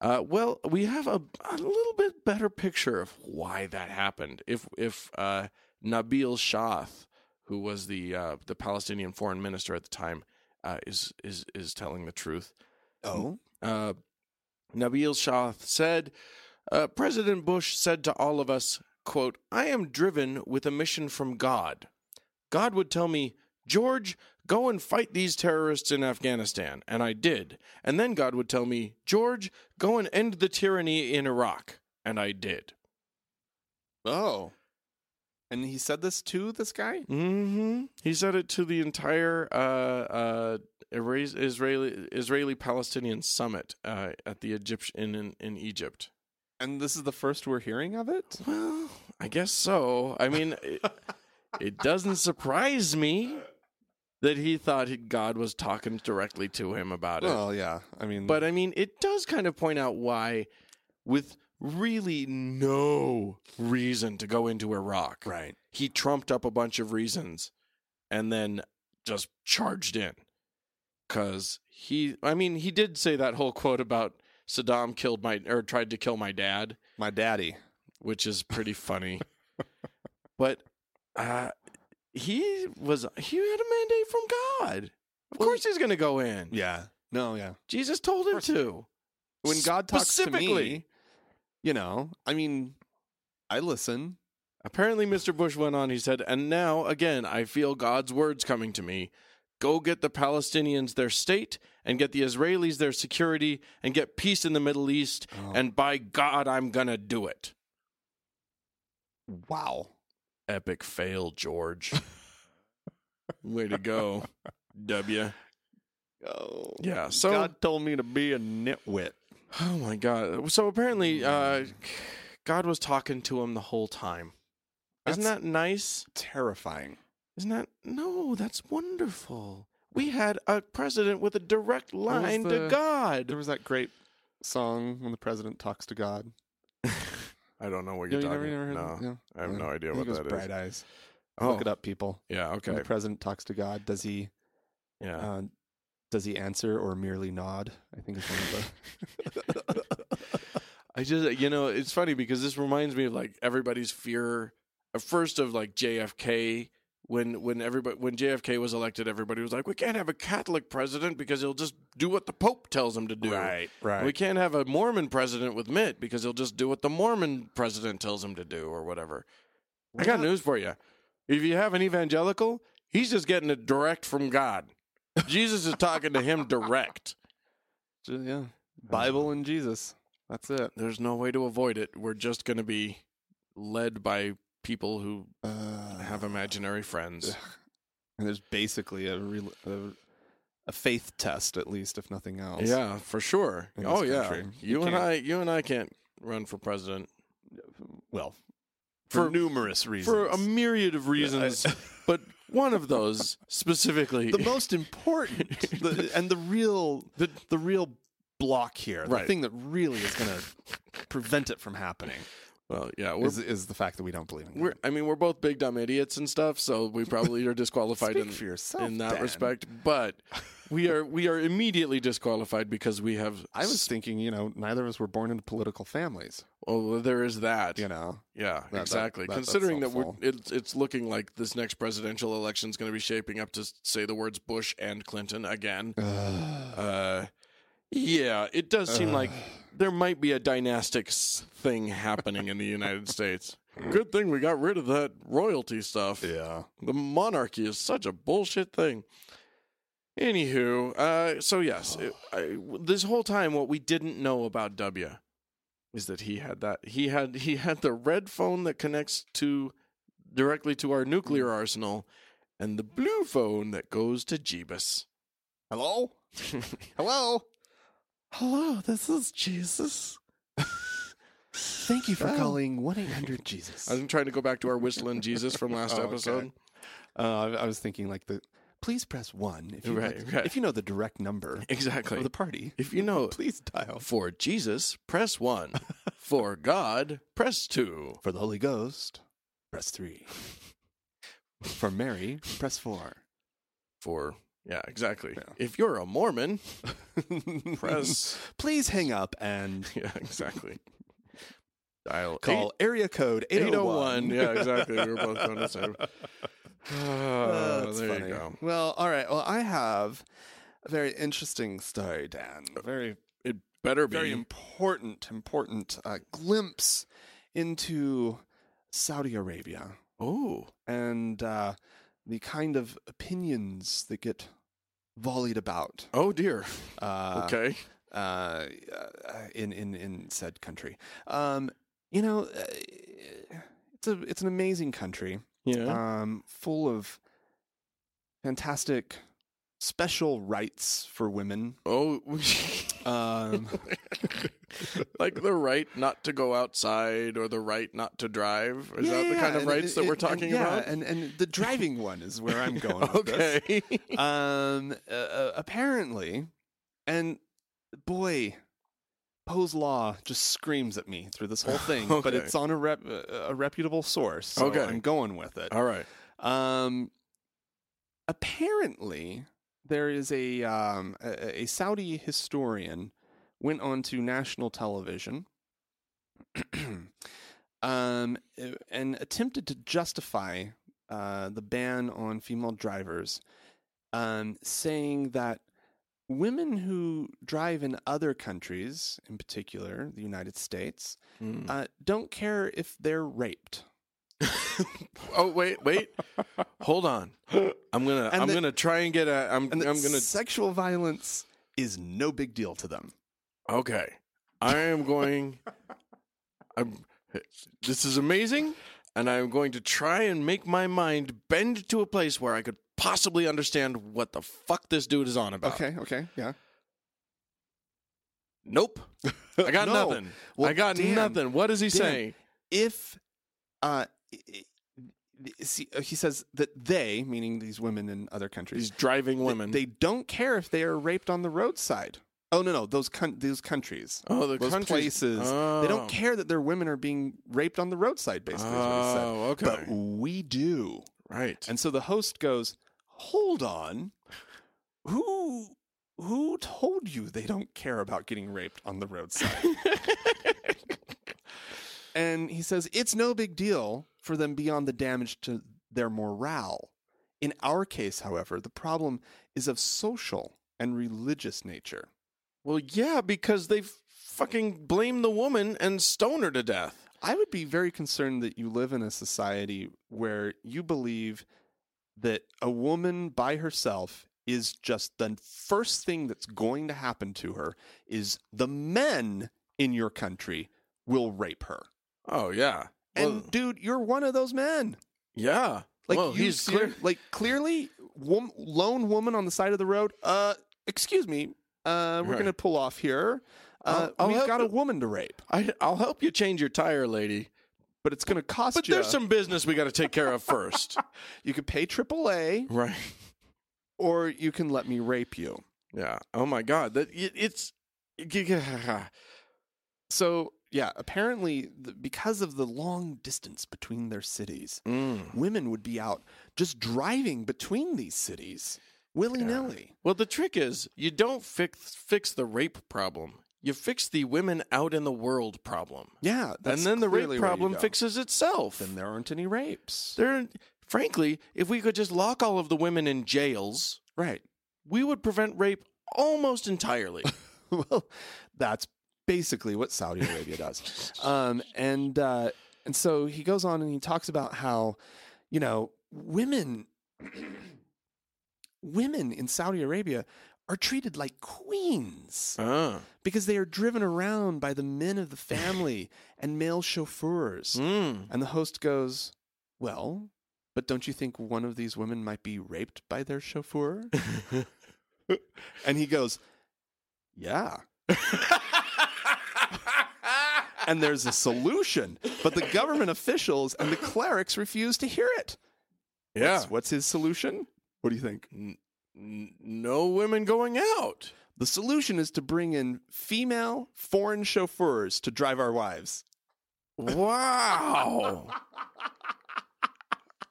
B: Uh, well, we have a, a little bit better picture of why that happened. If if uh, Nabil Shath, who was the uh, the Palestinian foreign minister at the time, uh, is is is telling the truth,
A: oh.
B: uh, Nabil Shath said, uh, President Bush said to all of us, quote, I am driven with a mission from God. God would tell me, George, go and fight these terrorists in Afghanistan. And I did. And then God would tell me, George, go and end the tyranny in Iraq. And I did.
A: Oh. And he said this to this guy.
B: hmm He said it to the entire uh, uh, Isra- Israeli Israeli Palestinian summit uh, at the Egypt in, in, in Egypt.
A: And this is the first we're hearing of it?
B: Well, I guess so. I mean, it, it doesn't surprise me that he thought he- God was talking directly to him about it.
A: Well, yeah. I mean,
B: But I mean, it does kind of point out why, with really no reason to go into Iraq,
A: right.
B: he trumped up a bunch of reasons and then just charged in. Because he, I mean, he did say that whole quote about Saddam killed my, or tried to kill my dad
A: My daddy.
B: which is pretty funny. but uh, he was he had a mandate from God. Of
A: Well,
B: course he's going to go in.
A: Yeah. No, yeah.
B: Jesus told him
A: course.
B: to.
A: When God talks to me,
B: Specifically.
A: you know, I mean, I listen.
B: Apparently Mr. Bush went on he said, "And now again I feel God's words coming to me. Go get the Palestinians their state and get the Israelis their security and get peace in the Middle East
A: Oh.
B: and by God I'm going to do it."
A: wow.
B: Epic fail, George. Way to go. W.
A: Oh.
B: Yeah. So
A: God told me to be a nitwit.
B: Oh my god! So apparently, uh, God was talking to him the whole time. Isn't
A: That's-
B: that nice?
A: Terrifying.
B: Isn't that no? That's wonderful. We had a president with a direct
A: was
B: line
A: the-
B: to God.
A: There was that great song when the president talks to God.
B: I don't know what
A: No,
B: you're
A: you
B: talking.
A: never, never heard
B: no,
A: that? No.
B: I have
A: Yeah.
B: no idea
A: I think
B: what
A: it was
B: that is.
A: Bright Eyes.
B: Oh,
A: Look it up, people.
B: yeah,
A: When
B: okay,
A: the president talks to God, does he
B: yeah.
A: uh, does he answer or merely nod? I think is one of the
B: I just, you know, it's funny because this reminds me of like everybody's fear, uh, first of like JFK. When when everybody when JFK was elected, everybody was like, "We can't have a Catholic president because he'll just do what the Pope tells him to do."
A: right.
B: We can't have a Mormon president with Mitt because he'll just do what the Mormon president tells him to do or whatever. I got news for you. If you have an evangelical, he's just getting it direct from God. Jesus is talking to him direct.
A: Ju- yeah, Bible and Jesus. That's it.
B: There's no way to avoid it. We're just going to be led by people who
A: Uh,
B: have imaginary friends.
A: and there's basically a, real a a faith test, at least if nothing else.
B: Yeah, for sure.
A: In this
B: Oh yeah.
A: country, you
B: You and
A: can't-
B: I you and I can't run for president
A: Well, for,
B: For-
A: numerous reasons.
B: for a myriad of reasons, but one of those specifically
A: the most important the, and the real the, the real block here, the
B: Right.
A: thing that really is going to prevent it from happening,
B: Well, yeah, we're
A: is, is the fact that we don't believe in God.
B: we're I mean we're both big dumb idiots and stuff, so we probably are disqualified
A: Speak
B: in,
A: for yourself
B: in that
A: Dan.
B: respect. But we are we are immediately disqualified because we have
A: I was thinking, you know, neither of us were born into political families.
B: oh, well there is that.
A: You know,
B: Yeah,
A: that-
B: exactly.
A: that- that's
B: Considering that we're
A: helpful.
B: it's it's looking like this next presidential election is going to be shaping up to say the words Bush and Clinton again. Uh, Yeah, it does seem
A: Ugh.
B: like there might be a dynastic s- thing happening in the United States. Good thing we got rid of that royalty stuff.
A: Yeah.
B: The monarchy is such a bullshit thing. Anywho, uh, so yes, it- I- this whole time, what we didn't know about W is that he had that he had he had the red phone that connects to directly to our nuclear
A: Hmm.
B: arsenal, and the blue phone that goes to Jeebus.
A: Hello? Hello?
B: Hello, this is Jesus.
A: Thank you for
B: Oh.
A: calling 1 800 Jesus.
B: I'm trying to go back to our whistling Jesus from last
A: Oh, okay.
B: episode.
A: Uh, I, I was thinking like the please press one if you
B: Right,
A: know,
B: right.
A: if you know the direct number
B: Exactly.
A: of the party.
B: If you know
A: Please dial
B: for Jesus, press one. For God, press two.
A: for the Holy Ghost. Press three. For Mary, press four.
B: For yeah, exactly.
A: Yeah.
B: If you're a Mormon, press
A: Please hang up and
B: yeah, exactly. Dial
A: call area code
B: eight-
A: 801.
B: Yeah, exactly. We were both on the same.
A: Uh,
B: Ah,
A: that's
B: there
A: funny.
B: you go.
A: Well, all right. Well, I have a very interesting story, Dan.
B: Oh,
A: A very
B: It better be.
A: very important, important uh, glimpse into Saudi Arabia
B: oh,
A: and uh, the kind of opinions that get volleyed about
B: oh dear.
A: uh,
B: Okay.
A: uh, in, in, in said country. Um, you know, uh, it's, a, it's an amazing country
B: Yeah.
A: um, full of fantastic special rights for women.
B: oh.
A: Um,
B: like the right not to go outside or the right not to drive. Is that the kind of
A: and
B: rights
A: it-
B: that we're
A: it-
B: talking
A: and, yeah,
B: about?
A: and and the driving one is where I'm going. with this.
B: okay.
A: Um, uh, uh, apparently, and boy, Poe's law just screams at me through this whole thing. But
B: Okay.
A: it's on a rep, uh, a reputable source, so
B: Okay.
A: I'm going with it.
B: All right.
A: Um, apparently, there is a, um, a a Saudi historian went on to national television, um, and attempted to justify uh, the ban on female drivers, um, saying that women who drive in other countries, in particular the United States,
B: Mm.
A: uh, don't care if they're raped.
B: oh wait, wait. Hold on. I'm gonna.
A: And
B: I'm
A: the-
B: gonna try and get a. I'm.
A: and that
B: I'm gonna.
A: sexual violence is no big deal to them.
B: Okay. I am going. I'm. This is amazing, and I'm going to try and make my mind bend to a place where I could possibly understand what the fuck this dude is on about.
A: okay, yeah.
B: Nope. I got
A: No.
B: nothing.
A: Well,
B: I got
A: Dan,
B: nothing. What is he
A: Dan,
B: saying?
A: If uh i- i- see, uh, he says that they, meaning these women in other countries,
B: He's driving
A: th-
B: women.
A: they, don't care if they are raped on the roadside. Oh no, no, those con- those countries.
B: oh, the
A: those
B: countries.
A: places,
B: Oh.
A: They don't care that their women are being raped on the roadside basically is what he said.
B: Oh, okay.
A: But we do.
B: right.
A: And so the host goes, "Hold on, who who told you they don't care about getting raped on the roadside?" and he says, "It's no big deal for them beyond the damage to their morale. In our case, however, the problem is of social and religious nature."
B: well, yeah, because they fucking blame the woman and stone her to death.
A: I would be very concerned that you live in a society where you believe that a woman by herself is just the first thing that's going to happen to her is the men in your country will rape her.
B: Oh yeah. Well,
A: and dude, you're one of those men.
B: yeah.
A: Like
B: well,
A: you
B: he's
A: ser-
B: clear.
A: like clearly wom- lone woman on the side of the road. Uh excuse me. Uh we're
B: Right.
A: going to pull off here. Uh
B: I'll- I'll
A: we've
B: help
A: got a
B: you.
A: woman to rape,
B: I, I'll help you change your tire, lady.
A: but it's going to cost
B: But
A: you.
B: there's some business we got to take care of first.
A: you could pay AAA.
B: right.
A: or you can let me rape you.
B: Yeah. Oh my God. That it, it's.
A: So, yeah, apparently, th- because of the long distance between their cities,
B: Mm.
A: women would be out just driving between these cities willy nilly.
B: Well, the trick is you don't fix fix the rape problem. You fix the women out in the world problem,
A: Yeah. that's
B: and then the
A: clearly
B: rape
A: where you
B: problem
A: go.
B: fixes itself.
A: Then there aren't any rapes.
B: There, frankly, if we could just lock all of the women in jails,
A: Right.
B: we would prevent rape almost entirely.
A: well, that's basically what Saudi Arabia does. Um, and uh, and so he goes on and he talks about how, you know, women, women in Saudi Arabia are treated like queens
B: Ah.
A: because they are driven around by the men of the family and male chauffeurs.
B: Mm.
A: And the host goes, Well, but don't you think one of these women might be raped by their chauffeur? and he goes, Yeah. And there's a solution, but the government officials and the clerics refuse to hear it.
B: yeah.
A: What's, what's his solution? What do you think?
B: N- no women going out.
A: The solution is to bring in female foreign chauffeurs to drive our wives.
B: Wow.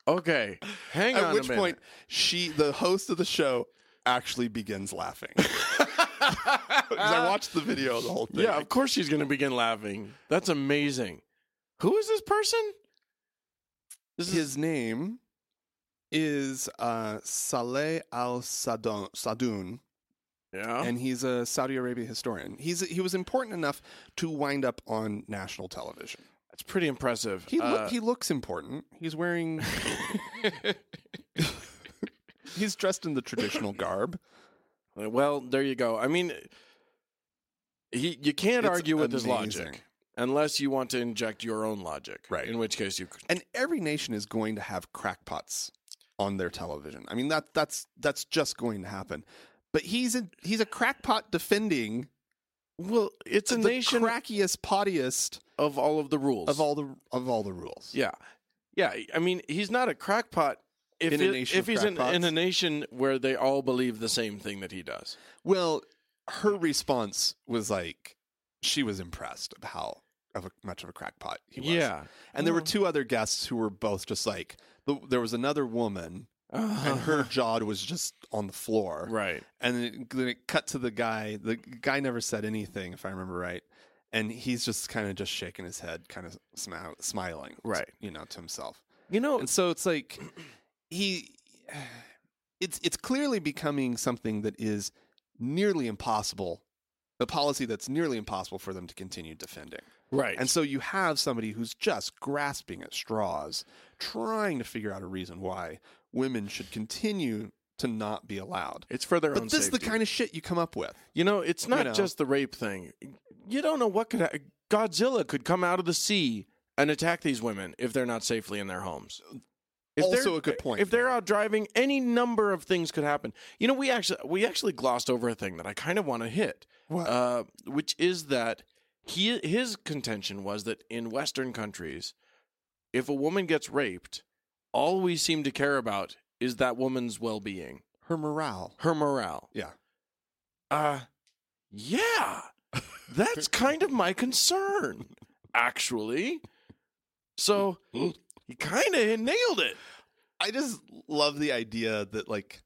B: okay. Hang on.
A: At
B: a
A: which
B: minute.
A: point, she, the host of the show, actually begins laughing. 'Cause I watched the video of the whole thing.
B: Yeah, of course she's going to begin laughing. That's amazing. Who is this person? This is
A: His name is uh, Saleh Al Sadun, Sadun
B: yeah.
A: and he's a Saudi Arabia historian. He's he was important enough to wind up on national television.
B: That's pretty impressive.
A: He loo-
B: Uh,
A: he looks important. He's wearing. he's dressed in the traditional garb.
B: uh, well, there you go. I mean, he you can't
A: It's
B: argue with his
A: amazing.
B: logic unless you want to inject your own logic,
A: Right.
B: In which case you c-
A: and every nation is going to have crackpots on their television. I mean that that's that's just going to happen. But he's a he's a crackpot defending
B: well, it's a
A: the
B: nation
A: crackiest pottiest
B: of all of the rules
A: of all the of all the rules.
B: Yeah, yeah. I mean, he's not a crackpot. If,
A: In a
B: it-
A: nation
B: if
A: of
B: he's in, in
A: crackpots.
B: a nation where they all believe the same thing that he does,
A: Well, her response was like she was impressed of how of a, much of a crackpot he was.
B: yeah, Mm.
A: And there were
B: Well.
A: two other guests who were both just like the, there was another woman
B: Uh-huh.
A: and her jaw was just on the floor.
B: right.
A: and then it, then it cut to the guy. The guy never said anything, if I remember right, and he's just kind of just shaking his head, kind of smile, smiling,
B: Right.
A: You know, to himself.
B: You know,
A: And so it's like he, it's it's clearly becoming something that is nearly impossible, a policy that's nearly impossible for them to continue defending.
B: right.
A: And so you have somebody who's just grasping at straws, trying to figure out a reason why women should continue to not be allowed.
B: it's for their own
A: But this is the
B: safety.
A: kind of shit you come up with.
B: you know, it's not
A: know.
B: just the rape thing. You don't know what could ha- Godzilla could come out of the sea and attack these women if they're not safely in their homes. If they're-
A: Also a good point.
B: If they're out driving, any number of things could happen. You know, we actually we actually glossed over a thing that I kind of want to hit.
A: What?
B: Uh, which is that he his contention was that in Western countries, if a woman gets raped, all we seem to care about is that woman's well being,
A: Her morale.
B: her morale.
A: Yeah.
B: Uh yeah. That's kind of my concern, actually. So he kind of nailed it.
A: I just love the idea that like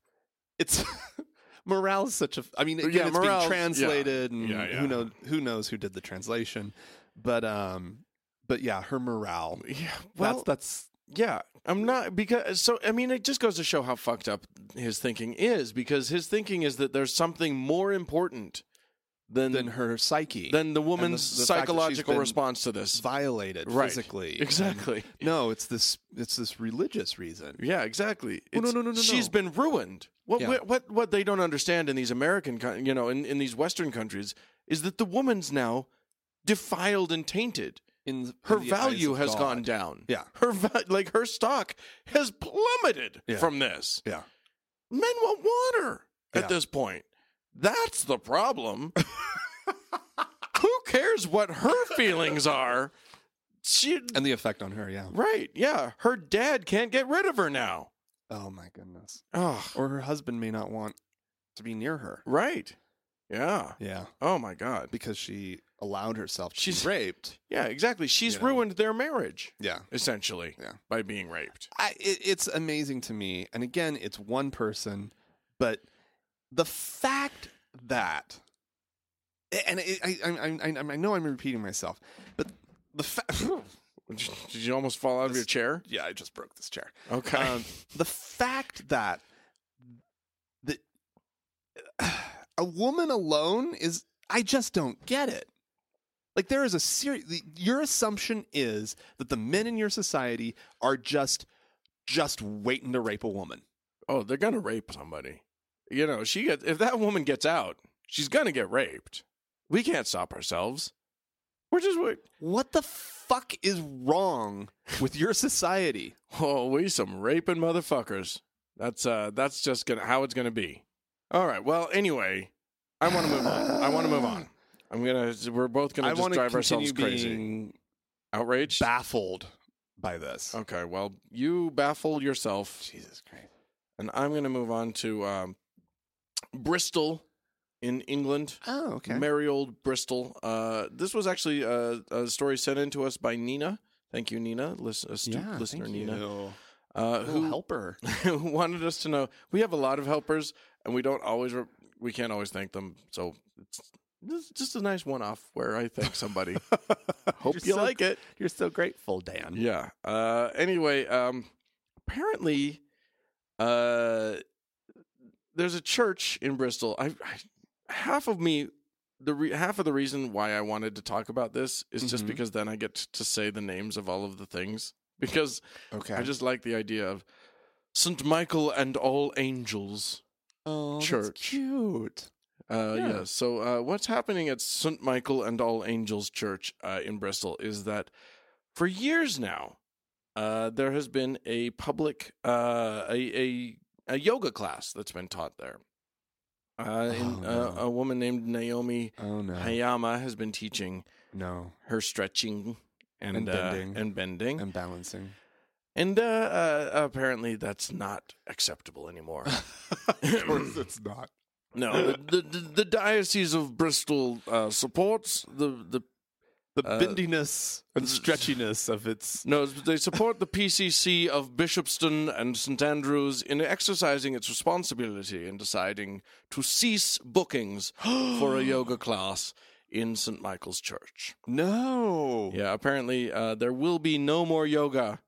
A: it's morale is such a I mean again,
B: Yeah,
A: it's
B: morale-
A: being translated
B: yeah.
A: and
B: Yeah, yeah.
A: who knows who knows who did the translation. But um but yeah, her morale.
B: Yeah.
A: that's that's
B: Yeah, I'm not because so I mean it just goes to show how fucked up his thinking is because his thinking is that there's something more important than
A: then her psyche
B: than the woman's
A: the fact that she's
B: psychological
A: been-
B: response to this.
A: violated
B: Right.
A: physically.
B: Exactly.
A: And no, it's this it's this religious reason.
B: Yeah, exactly.
A: Well, no,
B: It's-
A: no, no, no,
B: She's
A: no.
B: been ruined. What,
A: Yeah.
B: what what what they don't understand in these American, coun- you know, in, in these Western countries is that the woman's now defiled and tainted.
A: In the-
B: Her
A: in the
B: value
A: eyes of
B: has
A: God.
B: gone down.
A: Yeah.
B: Her va- like her stock has plummeted
A: Yeah.
B: from this.
A: Yeah.
B: men won't want her
A: Yeah.
B: at this point. That's the problem. Who cares what her feelings are? She,
A: And the effect on her, yeah.
B: right, yeah. Her dad can't get rid of her now.
A: Oh my goodness.
B: Oh,
A: Or her husband may not want to be near her.
B: right. Yeah.
A: Yeah.
B: Oh my God.
A: because she allowed herself to
B: She's-
A: be raped.
B: Yeah, exactly. She's
A: You know.
B: ruined their marriage
A: Yeah.
B: essentially
A: Yeah.
B: by being raped.
A: I, it, it's amazing to me. And again, it's one person, but the fact that, and it, I, I, I, I, I know I'm repeating myself, but the fact,
B: Did you almost fall out of your chair?
A: yeah, I just broke this chair.
B: Okay.
A: Um, the fact that that a woman alone is I just don't get it. Like there is a serious. Your assumption is that the men in your society are just just waiting to rape a woman.
B: Oh, they're gonna rape somebody. You know, she gets if that woman gets out, she's gonna get raped. We can't stop ourselves. We're just we
A: What the fuck is wrong with your society?
B: oh, we some raping motherfuckers. That's uh that's just gonna how it's gonna be. All right. Well, anyway, I want to move on. I want to move on. I'm gonna. We're both gonna
A: I
B: just
A: want
B: drive
A: to
B: ourselves
A: continue
B: crazy.
A: being
B: Outraged.
A: baffled by this.
B: okay. Well, you baffle yourself.
A: Jesus Christ!
B: and I'm going to move on to um, Bristol in England.
A: Oh, okay.
B: Merry old Bristol. Uh, this was actually a, a story sent in to us by Nina. Thank you, Nina, listen, astute
A: yeah,
B: listener
A: thank
B: Nina,
A: you.
B: uh,
A: Little
B: who,
A: helper.
B: who wanted us to know. We have a lot of helpers, and we don't always re- we can't always thank them. So it's, this is just a nice one-off where I thank somebody. Hope
A: You're
B: you
A: so
B: like it.
A: You're so grateful, Dan.
B: Yeah. Uh, anyway, um, apparently, uh, there's a church in Bristol. I, I half of me, the re- half of the reason why I wanted to talk about this is just
A: Mhm.
B: because then I get to say the names of all of the things because
A: Okay.
B: I just like the idea of Saint Michael and all angels.
A: oh, that's
B: Church.
A: cute.
B: Uh, yeah.
A: Yeah.
B: So uh, what's happening at Saint Michael and All Angels Church uh, in Bristol is that for years now, uh, there has been a public uh, a, a a yoga class that's been taught there. Uh, and,
A: Oh,
B: uh,
A: no.
B: a woman named Naomi
A: Oh no.
B: Hayama has been teaching
A: no.
B: her stretching and,
A: And
B: uh,
A: bending.
B: and bending,
A: I'm balancing.
B: and uh, uh, apparently that's not acceptable anymore.
A: of course it's not.
B: No, the, the, the diocese of Bristol uh, supports the, the
A: The
B: Uh,
A: bendiness and stretchiness of its
B: no they support the PCC of Bishopston and St Andrews in exercising its responsibility in deciding to cease bookings for a yoga class in St Michael's Church.
A: No.
B: Yeah, apparently uh, there will be no more yoga,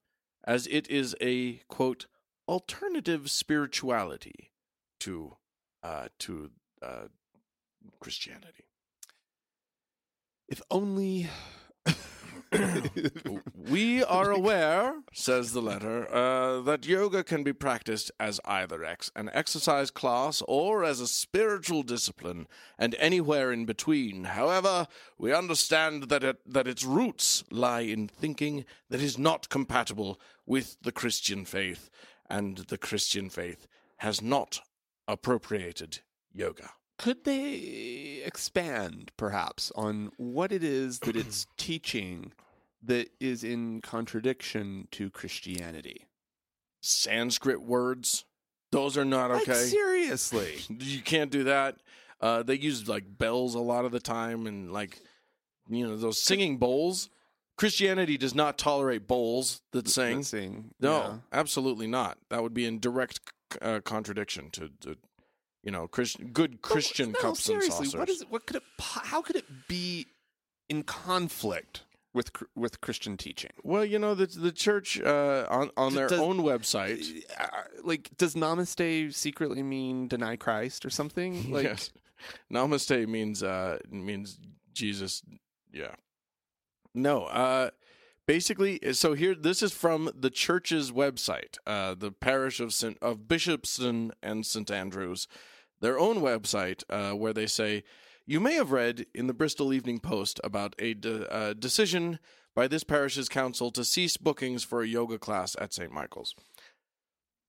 B: as it is a quote alternative spirituality to uh, to uh, Christianity.
A: If only.
B: we are aware, says the letter, uh, that yoga can be practiced as either ex- an exercise class or as a spiritual discipline, and anywhere in between. However, we understand that it, that its roots lie in thinking that is not compatible with the Christian faith, and the Christian faith has not appropriated yoga.
A: Could they expand, perhaps, on what it is that it's teaching that is in contradiction to Christianity?
B: Sanskrit words, those are not okay.
A: Like, seriously.
B: you can't do that. Uh, they use like bells a lot of the time and like you know those singing bowls. Christianity does not tolerate bowls that sing.
A: Let's sing.
B: No,
A: Yeah.
B: absolutely not. That would be in direct c- uh, contradiction to, to you know Christian good Christian
A: no,
B: cups
A: seriously,
B: and saucers.
A: What is what could it po- how could it be in conflict with cr- with Christian teaching?
B: well, you know the the church uh, on on their
A: Does-
B: own website.
A: Uh, Like does namaste secretly mean deny Christ or something? Like
B: yes. Namaste means uh means Jesus. Yeah. No, uh basically uh, so here this is from the church's website, uh the parish of St of Bishopston and St Andrews, their own website uh where they say you may have read in the Bristol Evening Post about a de- uh, decision by this parish's council to cease bookings for a yoga class at St. Michael's.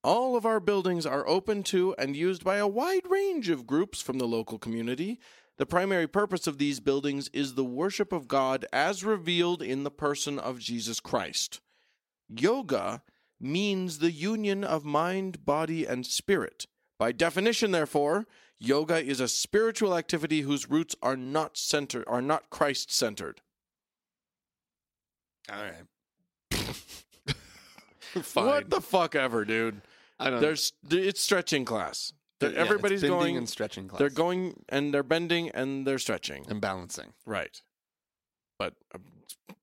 B: All of our buildings are open to and used by a wide range of groups from the local community. The primary purpose of these buildings is the worship of God as revealed in the person of Jesus Christ. Yoga means the union of mind, body, and spirit. By definition, therefore, yoga is a spiritual activity whose roots are not center are not Christ centered.
A: all right. Fine.
B: What the fuck ever, dude?
A: I don't
B: There's it's stretching class.
A: Yeah, it's
B: Everybody's
A: bending
B: going
A: and stretching class.
B: They're going and they're bending and they're stretching.
A: and balancing.
B: Right. But um,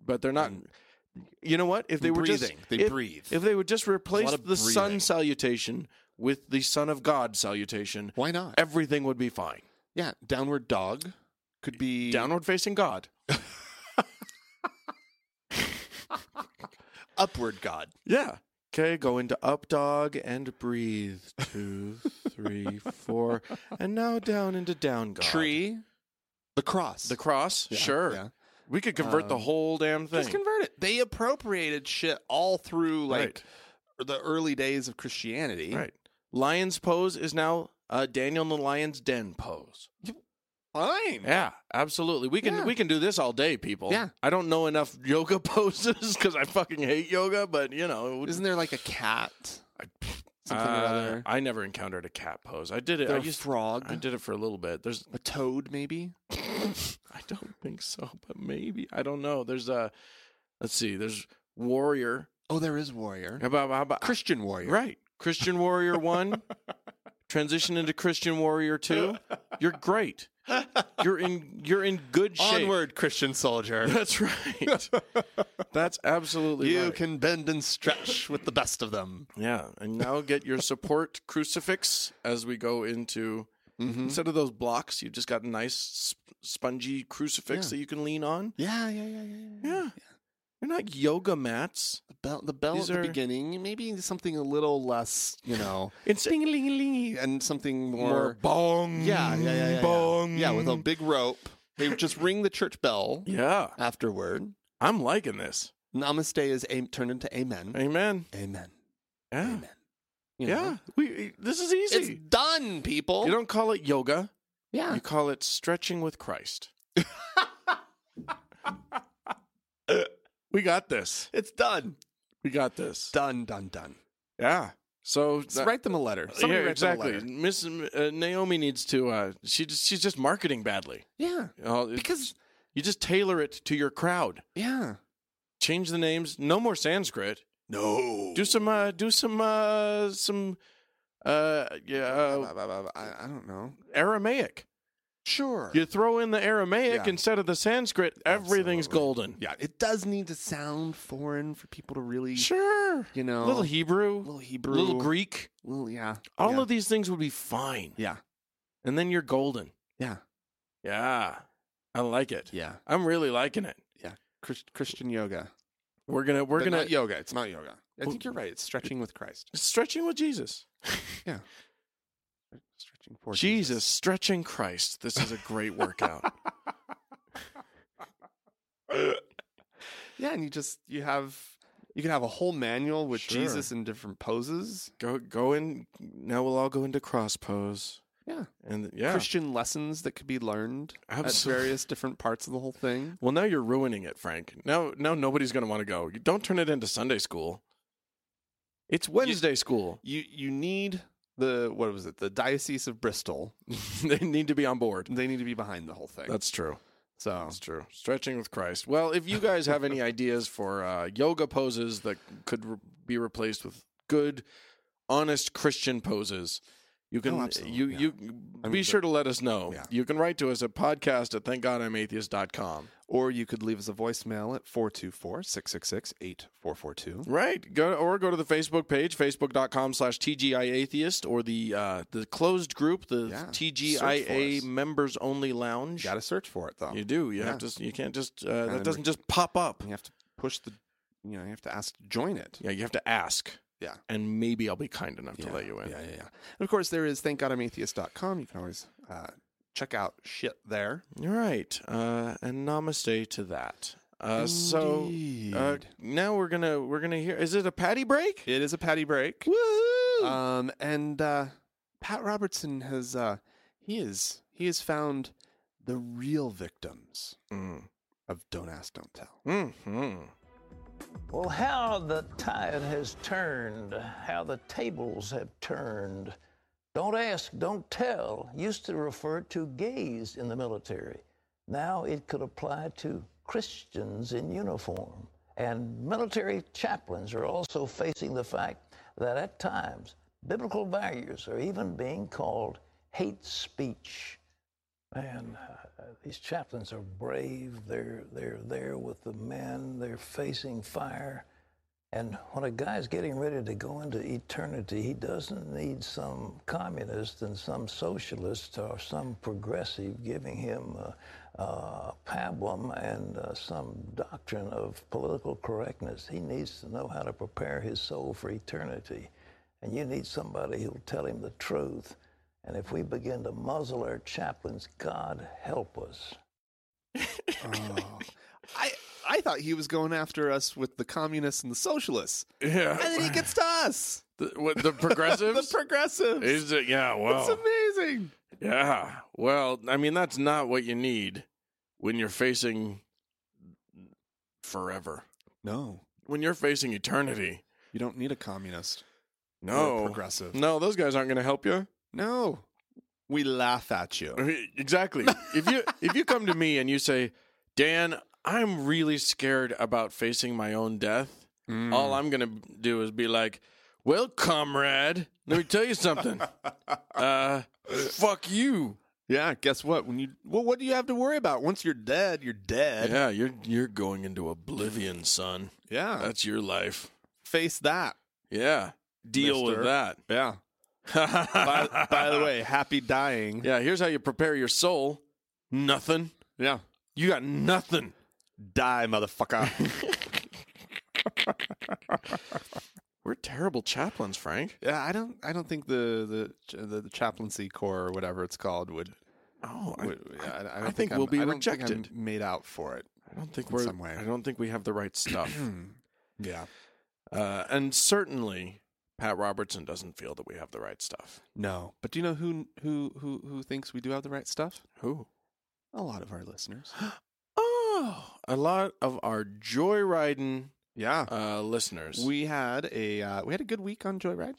B: but they're not.
A: And-
B: You know what? If they were
A: breathing.
B: just
A: they
B: if,
A: breathe.
B: if they would just replace the
A: of
B: sun
A: breathing.
B: salutation with the Son of God salutation,
A: Why not?
B: everything would be fine.
A: yeah, downward dog could be
B: Downward facing God.
A: upward god.
B: Yeah. Okay, go into up dog and breathe. Two, three, four. And now down into down God.
A: Tree, the cross.
B: The cross?
A: Yeah,
B: sure.
A: yeah.
B: We could convert the
A: Um,
B: whole damn thing.
A: Just convert it. They appropriated shit all through like the early days of Christianity.
B: right. right. Lion's pose is now uh, Daniel in the Lion's Den pose.
A: Fine.
B: Yeah, absolutely. We can
A: Yeah.
B: we can do this all day, people.
A: Yeah.
B: I don't know enough yoga poses because I fucking hate yoga, but you know, it would-
A: Isn't there like a cat? Something or
B: Uh,
A: other.
B: I never encountered a cat pose. I did it.
A: There
B: I
A: a
B: used
A: frog.
B: I did it for a little bit. There's
A: a toad, maybe.
B: I don't think so, but maybe I don't know. There's a let's see. There's warrior.
A: Oh, there is warrior.
B: How about, how about
A: Christian warrior.
B: right? Christian warrior one. Transition into Christian warrior two. You're great. You're in you're in good shape.
A: Onward, Christian soldier.
B: That's right. That's absolutely
A: You
B: right.
A: can bend and stretch with the best of them.
B: yeah, and now get your support crucifix as we go into
A: Mm-hmm.
B: instead of those blocks. You've just got a nice sp- spongy crucifix
A: Yeah.
B: that you can lean on.
A: Yeah, yeah, yeah, yeah.
B: Yeah. They're not yoga mats.
A: The bell, the bell
B: These
A: at the
B: are-
A: beginning, maybe something a little less, you know,
B: It's
A: and something more.
B: more bong.
A: yeah, yeah, yeah, yeah, yeah.
B: Bong.
A: Yeah, with a big rope. They just ring the church bell
B: Yeah.
A: afterward.
B: I'm liking this.
A: Namaste is a- turned into amen.
B: Amen.
A: Amen.
B: Yeah.
A: Amen. You know?
B: Yeah. We this is
A: It's
B: easy.
A: done, people.
B: You don't call it yoga.
A: yeah.
B: You call it stretching with Christ. we got this.
A: It's done.
B: We got this.
A: Done, done, done.
B: Yeah. So
A: Just write them a letter. Somebody
B: yeah,
A: write them a
B: exactly.
A: letter.
B: Miss uh, Naomi needs to. Uh, she just, she's just marketing badly.
A: Yeah.
B: Uh,
A: Because,
B: you just tailor it to your crowd.
A: yeah.
B: Change the names. No more Sanskrit.
A: No.
B: Do some. Uh, do some. Uh, some. Uh, yeah. Uh,
A: I, I don't know.
B: Aramaic.
A: Sure.
B: You throw in the Aramaic
A: Yeah.
B: instead of the Sanskrit. Everything's
A: Absolutely.
B: golden.
A: Yeah, it does need to sound foreign for people to really,
B: Sure.
A: you know,
B: Little Hebrew.
A: little Hebrew,
B: Little Greek.
A: little yeah,
B: All
A: yeah.
B: of these things would be fine.
A: yeah,
B: And then you're golden.
A: yeah,
B: Yeah. I like it.
A: yeah.
B: I'm really liking it.
A: Chris, Christian yoga.
B: We're gonna we're
A: But
B: gonna
A: not yoga. It's not yoga. I
B: Well-
A: think you're right. It's stretching with Christ.
B: stretching with Jesus.
A: Stretching for
B: Jesus, stretching Christ. This is a great workout.
A: Yeah, and you just you have you can have a whole manual with
B: Sure.
A: Jesus in different poses.
B: go go in. Now we'll all go into cross pose.
A: Yeah.
B: And yeah,
A: Christian lessons that could be learned at
B: absolutely.
A: various different parts of the whole thing.
B: Well, now you're ruining it, Frank. Now now nobody's gonna want to go. You don't turn it into Sunday school. It's Wednesday school.
A: You you need the what was it? The diocese of Bristol.
B: they need to be on board.
A: They need to be behind the whole thing.
B: That's true.
A: so
B: That's true. Stretching with Christ. Well, if you guys have any ideas for uh, yoga poses that could re- be replaced with good, honest Christian poses, you can
A: Oh, absolutely,
B: you
A: yeah.
B: you
A: I
B: be
A: mean,
B: sure to let us know.
A: yeah.
B: You can write to us at podcast at thankgodimatheist.com.
A: Or you could leave us a voicemail at 424 666 8442.
B: Right. Go or go to the Facebook page, facebook.com slash TGI Atheist, or the uh, the closed group, the
A: Yeah. Search
B: TGIA
A: for us.
B: members only lounge.
A: Got to search for it, though.
B: You do. You
A: Yeah.
B: have to you can't just uh,
A: then
B: that
A: we
B: doesn't just pop up.
A: You have to push the, you know, you have to ask to join it.
B: Yeah, you have to ask.
A: Yeah.
B: And maybe I'll be kind enough to let you in.
A: Yeah, yeah, yeah. And of course, there is thankgodimatheist.com. You can always uh, check out shit there.
B: All right. Uh, and namaste to that. Uh, so uh,
A: Indeed.
B: now we're gonna we're gonna hear. Is it a patty break?
A: it is a patty break.
B: Woo!
A: Um, and uh, Pat Robertson has, uh, he is, he has found the real victims
B: Mm.
A: of Don't Ask, Don't Tell.
B: Mm-hmm.
C: Well, how the tide has turned, how the tables have turned. Don't ask, don't tell used to refer to gays in the military. Now it could apply to Christians in uniform. And military chaplains are also facing the fact that at times biblical values are even being called hate speech. Man, uh, these chaplains are brave. They're they're there with the men. They're facing fire, And when a guy's getting ready to go into eternity, he doesn't need some communist and some socialist or some progressive giving him a, a pablum and uh, some doctrine of political correctness. He needs to know how to prepare his soul for eternity. And you need somebody who'll tell him the truth. And if we begin to muzzle our chaplains, God help us.
A: Oh. I I thought he was going after us with the communists and the socialists,
B: Yeah.
A: and then he gets to us,
B: the, what, the
A: the
B: progressives.
A: progressives.
B: Is it? Yeah. Well.
A: It's amazing.
B: Yeah. Well, I mean, that's not what you need when you're facing forever.
A: No,
B: When you're facing eternity.
A: you don't need a communist. or a
B: No.
A: progressive.
B: No, those guys aren't going to help you.
A: No, we laugh at
B: Mm.
A: you.
B: Exactly. if you if you come to me and you say, "Dan, I'm really scared about facing my own death,"
A: Mm.
B: all I'm going to do is be like, "Well, comrade, let me tell you something. uh, fuck you.
A: Yeah, guess what? When you well, what do you have to worry about? Once you're dead, you're dead.
B: Yeah, you're you're going into oblivion, son.
A: Yeah,
B: That's your life.
A: face that.
B: Yeah, deal with
A: Mister.
B: that.
A: Yeah. By, by the way, happy dying.
B: yeah. Here's how you prepare your soul. Nothing.
A: Yeah,
B: You got nothing.
A: die, motherfucker.
B: We're terrible chaplains, Frank.
A: yeah, I don't. I don't think the the the, the chaplaincy corps or whatever it's called would
B: Oh, I,
A: Wait, I, I, don't
B: think we'll
A: I'm-
B: be
A: I don't think I'm
B: rejected.
A: made out for it.
B: I don't think
A: in
B: we're.
A: some way.
B: I don't think we have the right stuff.
A: yeah.
B: uh, and certainly, Pat Robertson doesn't feel that we have the right stuff.
A: No. But do you know who who who who thinks we do have the right stuff?
B: Who?
A: A lot of our listeners.
B: Oh, a lot of our joyriding
A: yeah.
B: uh, listeners.
A: We had a uh, we had a good week on Joyride.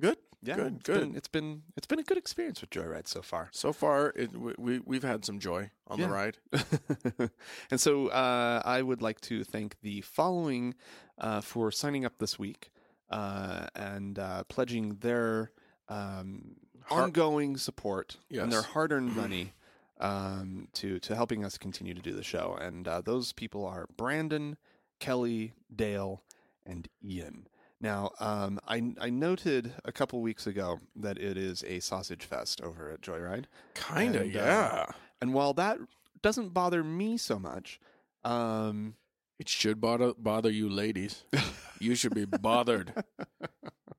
B: good.
A: Yeah.
B: Good,
A: it's
B: good.
A: Been, it's been it's been a good experience with Joyride so far.
B: So far, it, we, we we've had some joy on
A: Yeah.
B: the ride.
A: and so uh, I would like to thank the following uh, for signing up this week uh, and uh, pledging their um,
B: Har-
A: ongoing support and their
B: Yes. Mm-hmm.
A: hard-earned money um, to to helping us continue to do the show. And uh, those people are Brandon, Kelly, Dale, and Ian. Now, um, I I noted a couple weeks ago that it is a sausage fest over at Joyride.
B: Kinda,
A: And, uh,
B: yeah.
A: And while that doesn't bother me so much, um,
B: It should bother bother you, ladies. you should be bothered.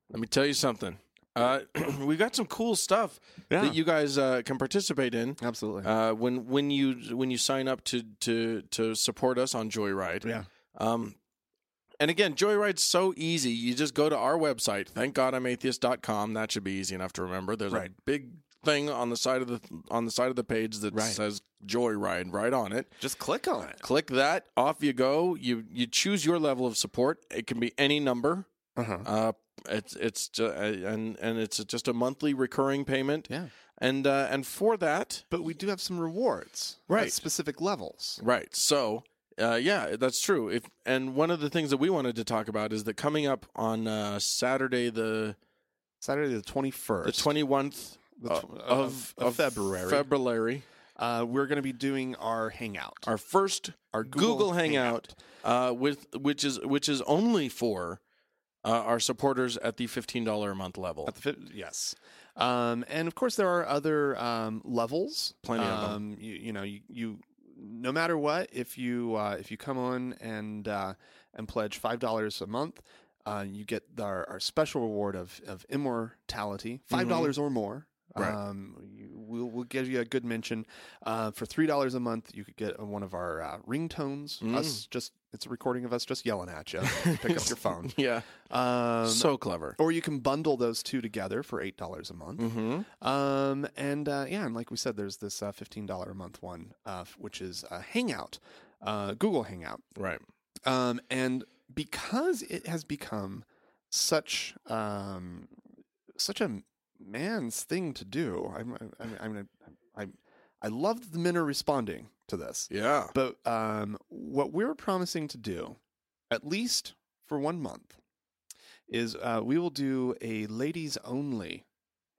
B: Let me tell you something. Uh, we got some cool stuff
A: Yeah.
B: that you guys uh, can participate in
A: absolutely.
B: uh, when when you when you sign up to to to support us on Joyride.
A: yeah.
B: Um, and again, Joyride's so easy. You just go to our website, thankgodimatheist.com. That should be easy enough to remember. There's a
A: Right.
B: big thing on the side of the on the side of the page that
A: Right.
B: says Joyride right on it.
A: Just click on it.
B: Click that, off you go. You you choose your level of support. It can be any number.
A: Uh-huh.
B: Uh it's it's ju- uh, and and it's just a monthly recurring payment.
A: Yeah.
B: And uh and for that,
A: But we do have some rewards
B: Right.
A: at specific levels.
B: Right. So, uh, yeah, that's true. If and one of the things that we wanted to talk about is that coming up on uh, Saturday the
A: Saturday the twenty
B: the
A: first,
B: twenty one
A: tw-
B: of, of
A: February,
B: February,
A: uh, we're going to be doing our hangout,
B: our first
A: our
B: Google, Hangout, uh, with which is which is only for uh, our supporters at the fifteen dollar a month level.
A: At the fit, yes. Um, and of course, there are other um, levels.
B: Plenty of them.
A: um, You, you know, you, you no matter what, if you uh, if you come on and uh, and pledge five dollars a month, uh, you get our, our special reward of of immortality, five dollars or more.
B: Mm-hmm. Right.
A: Um, you, we'll we'll give you a good mention. Uh, for three dollars a month, you could get one of our uh, ringtones.
B: Mm.
A: Us just it's a recording of us just yelling at you. Pick up your phone.
B: yeah,
A: Um,
B: so clever.
A: or you can bundle those two together for eight dollars a month.
B: hmm
A: Um, and uh, yeah, and like we said, there's this uh, fifteen dollar a month one, uh, f- which is a Hangout, uh, Google Hangout.
B: Right.
A: Um, and because it has become such um, such a man's thing to do, I'm I'm I'm, i i I loved the men are responding to this,
B: Yeah.
A: but um, what we're promising to do, at least for one month, is uh, we will do a ladies only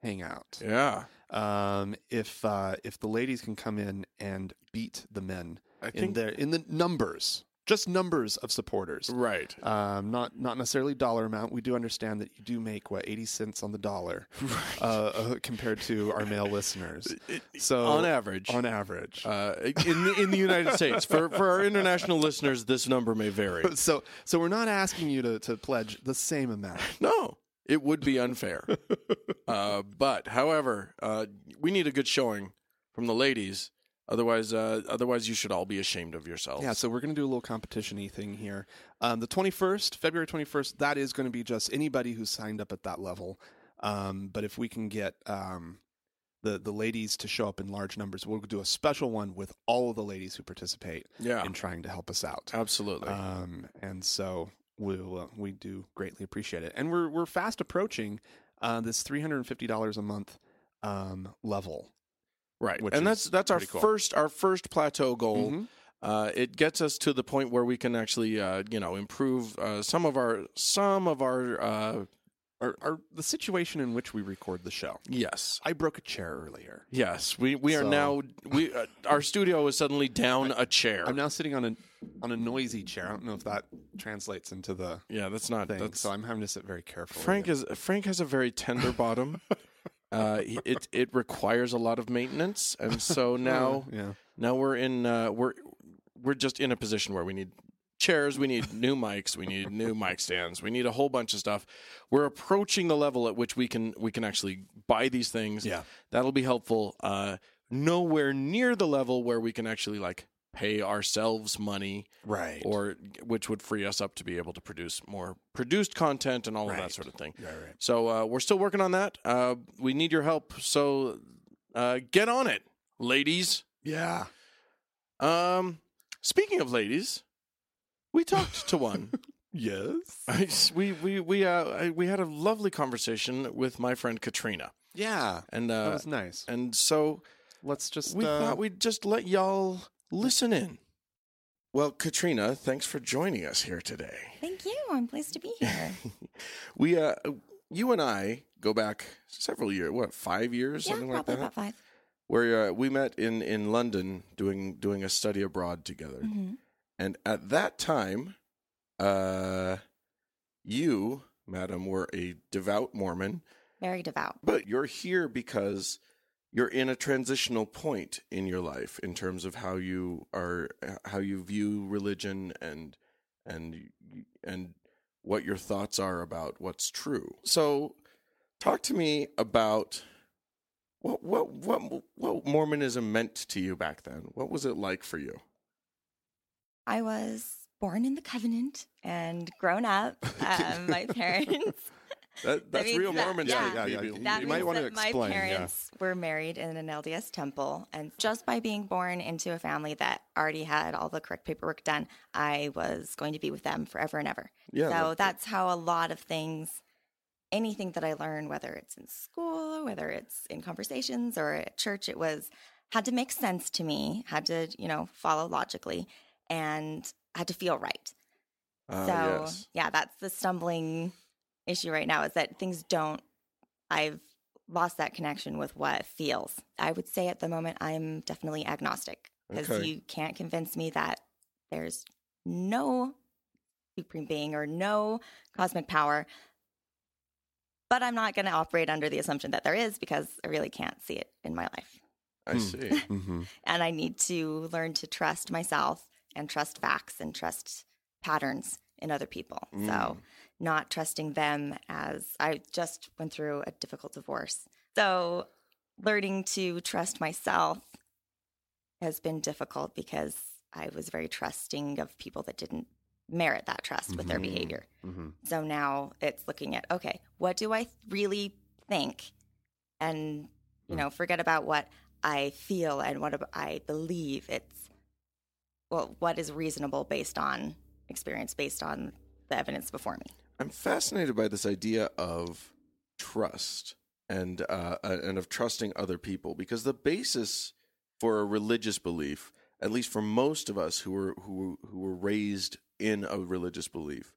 A: hangout.
B: Yeah.
A: Um, if uh, if the ladies can come in and beat the men
B: I
A: in
B: think
A: their in the numbers, just numbers of supporters.
B: Right.
A: Um, not not necessarily dollar amount. We do understand that you do make what eighty cents on the dollar uh, uh, compared to our male listeners. So
B: on average.
A: on average.
B: uh, in the, in the United States, for for our international listeners, this number may vary.
A: so so we're not asking you to, to pledge the same amount.
B: No, it would be unfair. uh, but however, uh, we need a good showing from the ladies. Otherwise, uh, otherwise you should all be ashamed of yourselves.
A: Yeah, so we're going to do a little competition-y thing here. Um, the 21st, February 21st, that is going to be just anybody who signed up at that level. Um, but if we can get um, the the ladies to show up in large numbers, we'll do a special one with all of the ladies who participate
B: Yeah,
A: in trying to help us out.
B: Ah. absolutely.
A: Um, and so we'll uh, we do greatly appreciate it. And we're we're fast approaching uh, this $350 a month um, level.
B: right,
A: which
B: and
A: is
B: that's that's our
A: pretty cool. Mm-hmm.
B: first our first plateau goal. Uh, it gets us to the point where we can actually, uh, you know, improve uh, some of our some of our uh,
A: Or, or the situation in which we record the show.
B: yes.
A: I broke a chair earlier.
B: Yes, we, we are
A: So-
B: now we uh, our studio is suddenly down a chair.
A: I'm now sitting on a on a noisy chair. I don't know if that translates into the
B: yeah, that's not
A: thing,
B: that's
A: so I'm having to sit very carefully.
B: Frank is Frank has a very tender bottom. uh, he- it it requires a lot of maintenance, and so now
A: yeah,
B: now we're in uh, we're we're just in a position where we need chairs, we need new mics, we need new mic stands, we need a whole bunch of stuff. We're approaching the level at which we can we can actually buy these things.
A: Yeah.
B: that'll be helpful. Uh, nowhere near the level where we can actually like pay ourselves money
A: right.
B: or which would free us up to be able to produce more produced content and all of
A: Right.
B: that sort of thing.
A: Yeah, right.
B: So uh, we're still working on that. Uh, we need your help. So uh, get on it, ladies.
A: Yeah.
B: Um, speaking of ladies, we talked to one.
A: Yes.
B: I s- we we we uh, I- we had a lovely conversation with my friend Katrina,
A: Yeah.
B: and
A: That
B: uh,
A: was nice.
B: and so
A: Let's just.
B: we
A: uh,
B: thought we'd just let y'all listen in. Well, Katrina, thanks for joining us here today.
D: Thank you. I'm pleased to be here.
B: We uh you and I go back several years, what, 5 years,
D: yeah,
B: something
D: probably
B: like that.
D: about 5
B: Where uh, we met in in London doing doing a study abroad together.
D: Mm-hmm.
B: And at that time, uh you, madam, were a devout Mormon,
D: Very devout.
B: but you're here because you're in a transitional point in your life in terms of how you are how you view religion and and and what your thoughts are about what's true so talk to me about what what what what mormonism meant to you back then what was it like for you
D: I was born in the covenant and grown up. Um, my parents.
B: that,
D: That
B: that's
D: means
B: real
D: that-
B: mormons
D: yeah.
B: speak,
A: Yeah, yeah,
B: baby.
A: You-
D: That
A: you
D: means
A: might wanna
D: that my
A: explain, yeah.
D: parents were married in an LDS temple, and just by being born into a family that already had all the correct paperwork done, I was going to be with them forever and ever.
B: yeah
D: so
B: that-
D: that's how a lot of things, anything that I learn, whether it's in school, whether it's in conversations or at church, it was had to make sense to me, had to, you know, follow logically and had to feel right.
B: ah,
D: so
B: yes.
D: yeah, that's the stumbling issue right now is that things don't I've lost that connection with what feels. I would say at the moment I'm definitely agnostic because
B: Okay.
D: you can't convince me that there's no supreme being or no cosmic power. But I'm not going to operate under the assumption that there is because I really can't see it in my life.
B: i
A: Hmm.
B: see
A: Mhm.
D: And I need to learn to trust myself and trust facts and trust patterns in other people. So,
B: Mm.
D: not trusting them as I just went through a difficult divorce. So, learning to trust myself has been difficult because I was very trusting of people that didn't merit that trust with their
B: Mhm.
D: behavior.
A: Mhm.
D: So now it's looking at okay, what do I really think, and you know, forget about what I feel and what ab- I believe. It's well, what is reasonable based on experience, based on the evidence before me.
B: I'm fascinated by this idea of trust and uh, uh, and of trusting other people because the basis for a religious belief, at least for most of us who were who who were raised in a religious belief,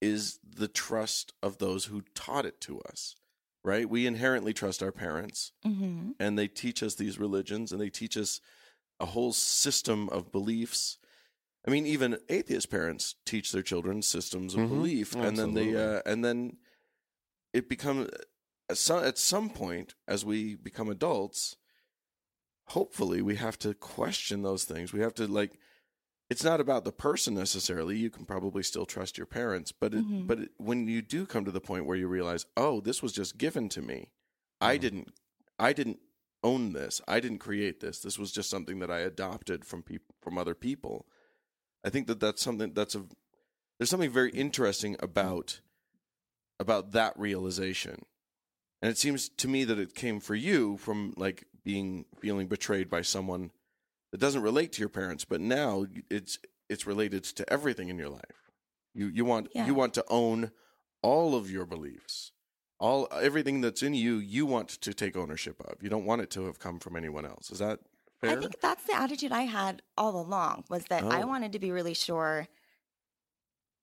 B: is the trust of those who taught it to us. Right? We inherently trust our parents,
D: Mm-hmm.
B: and they teach us these religions, and they teach us a whole system of beliefs. I mean, even atheist parents teach their children systems of
A: Mhm.
B: belief, and then they
A: Absolutely.
B: uh, and then it becomes at some, at some point as we become adults. Hopefully, we have to question those things. We have to like. It's not about the person necessarily. You can probably still trust your parents, but it,
D: Mhm.
B: but it, when you do come to the point where you realize, oh, this was just given to me. I
A: Mhm.
B: didn't. I didn't own this. I didn't create this. This was just something that I adopted from people from other people. I think that that's something that's a there's something very interesting about about that realization. And it seems to me that it came for you from like being feeling betrayed by someone that doesn't relate to your parents, but now it's it's related to everything in your life. You you want
D: Yeah.
B: you want to own all of your beliefs. All everything that's in you, you want to take ownership of. You don't want it to have come from anyone else. Is that fair?
D: I think that's the attitude I had all along was that I
B: Oh.
D: wanted to be really sure.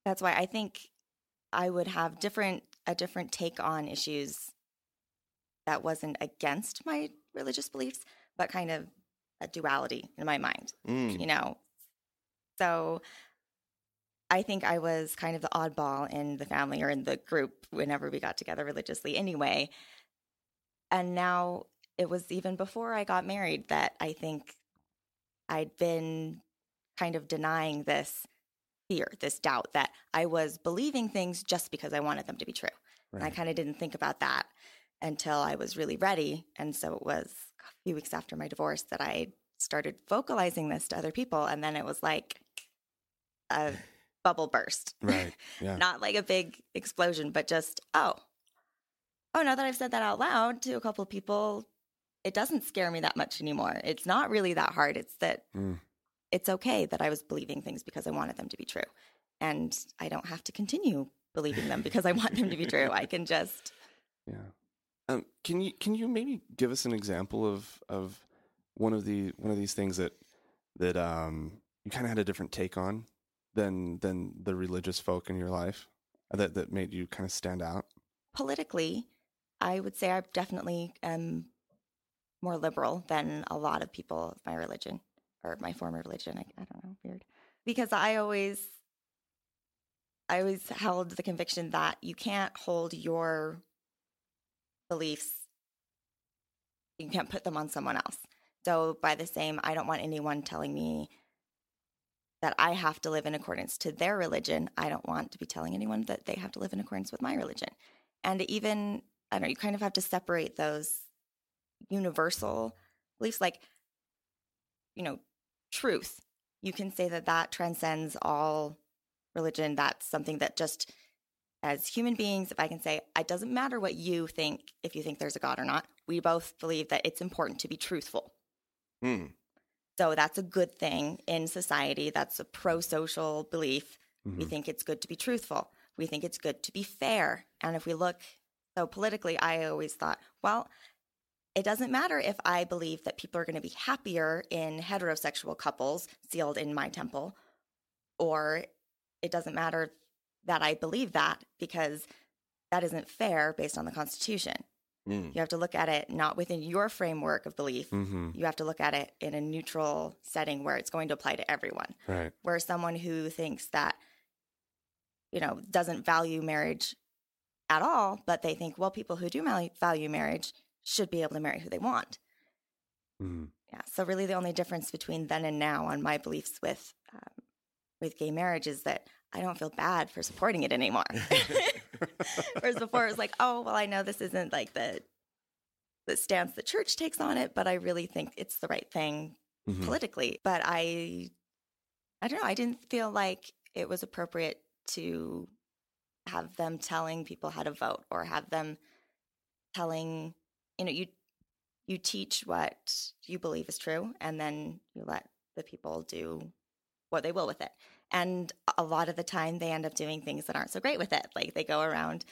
D: That's why I think I would have different a different take on issues that wasn't against my religious beliefs, but kind of a duality in my mind,
B: Mm.
D: you know. So I think I was kind of the oddball in the family or in the group whenever we got together religiously anyway. And now it was even before I got married that I think I'd been kind of denying this fear, this doubt that I was believing things just because I wanted them to be true. And I
A: Right.
D: kind of didn't think about that until I was really ready. And so it was a few weeks after my divorce that I started vocalizing this to other people. And then it was like a bubble burst.
A: Right. Yeah.
D: Not like a big explosion, but just, oh, oh, now that I've said that out loud to a couple of people, it doesn't scare me that much anymore. It's not really that hard. It's that
A: Mm.
D: it's okay that I was believing things because I wanted them to be true. And I don't have to continue believing them because I want them to be true. I can just,
A: Yeah. Um, can you can you maybe give us an example of of one of the one of these things that that um you kind of had a different take on than than the religious folk in your life uh, that that made you kind of stand out?
D: politically, I would say I definitely am more liberal than a lot of people of my religion or my former religion. I, I don't know, weird. Because I always, I always held the conviction that you can't hold your beliefs, you can't put them on someone else. So, by the same, I don't want anyone telling me that I have to live in accordance to their religion. I don't want to be telling anyone that they have to live in accordance with my religion. And even, I don't know, you kind of have to separate those universal beliefs, like, you know, truth. You can say that that transcends all religion. That's something that just, as human beings, if I can say, it doesn't matter what you think, if you think there's a God or not, we both believe that it's important to be truthful.
B: Hmm.
D: So that's a good thing in society. That's a pro social belief. We
A: Mhm.
D: think it's good to be truthful. We think it's good to be fair. And if we look so politically, I always thought, well, it doesn't matter if I believe that people are going to be happier in heterosexual couples sealed in my temple, or it doesn't matter that I believe that because that isn't fair based on the Constitution.
B: Mm.
D: You have to look at it not within your framework of belief,
A: Mm-hmm.
D: you have to look at it in a neutral setting where it's going to apply to everyone.
A: Right.
D: Where someone who thinks that, you know, doesn't value marriage at all, but they think, well, people who do mal- value marriage should be able to marry who they want.
A: Mm.
D: Yeah. So really, the only difference between then and now on my beliefs with um, with gay marriage is that I don't feel bad for supporting it anymore.
B: hmm.
D: Whereas before, it was like, oh, well, I know this isn't like the the stance the church takes on it, but I really think it's the right thing
A: Mhm.
D: politically. But I, I don't know. I didn't feel like it was appropriate to have them telling people how to vote or have them telling, you know, you you teach what you believe is true, and then you let the people do what they will with it. And a lot of the time, they end up doing things that aren't so great with it. Like they go around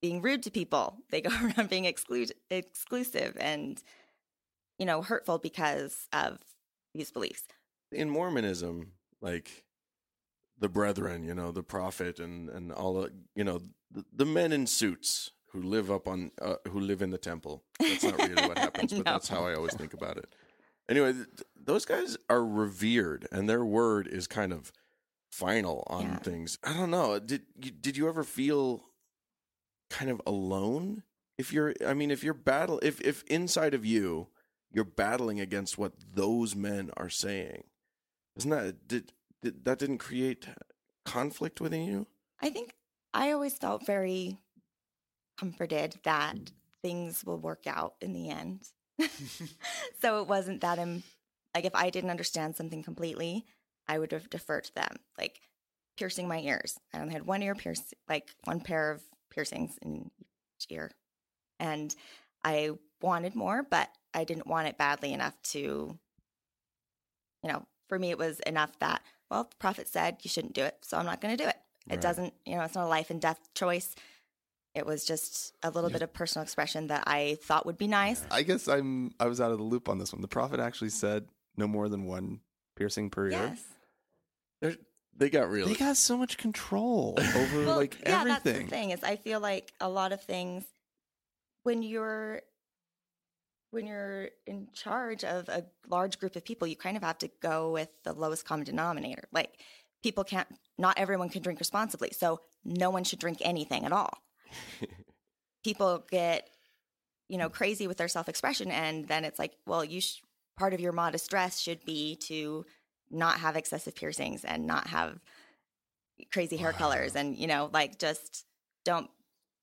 D: being rude to people. They go around being exclude, exclusive and you know hurtful because of these beliefs.
B: in Mormonism, like the brethren, you know, the prophet and and all, uh, you know, the, the men in suits who live up on uh, who live in the temple. That's not really what happens, but
D: No.
B: that's how I always think about it. Anyway, th- those guys are revered, and their word is kind of final on
D: Yeah.
B: things. I don't know. uh, Did you, did you ever feel kind of alone? If you're, I mean, if you're battle, if if inside of you, you're battling against what those men are saying, isn't that did, did that didn't create conflict within you?
D: I think I always felt very comforted that things will work out in the end. so it wasn't that I'm like if I didn't understand something completely, I would have deferred to them. Like piercing my ears. I only had one ear pierce like one pair of piercings in each ear. And I wanted more, but I didn't want it badly enough to you know, for me it was enough that, well, the prophet said you shouldn't do it, so I'm not gonna do it. It
B: Right.
D: doesn't, you know, it's not a life and death choice. It was just a little bit of personal expression that I thought would be nice.
A: I guess I'm I was out of the loop on this one. The prophet actually said no more than one piercing per ear.
D: Yes.
B: They're, they got
A: They
B: really.
A: got so much control over
D: Well,
A: like
D: yeah, that's
A: everything.
D: the thing is I feel like a lot of things when you're when you're in charge of a large group of people, you kind of have to go with the lowest common denominator. Like people can't not everyone can drink responsibly. So no one should drink anything at all. people get you know crazy with their self-expression and then it's like well you sh- part of your modest dress should be to not have excessive piercings and not have crazy hair colors and you know like just don't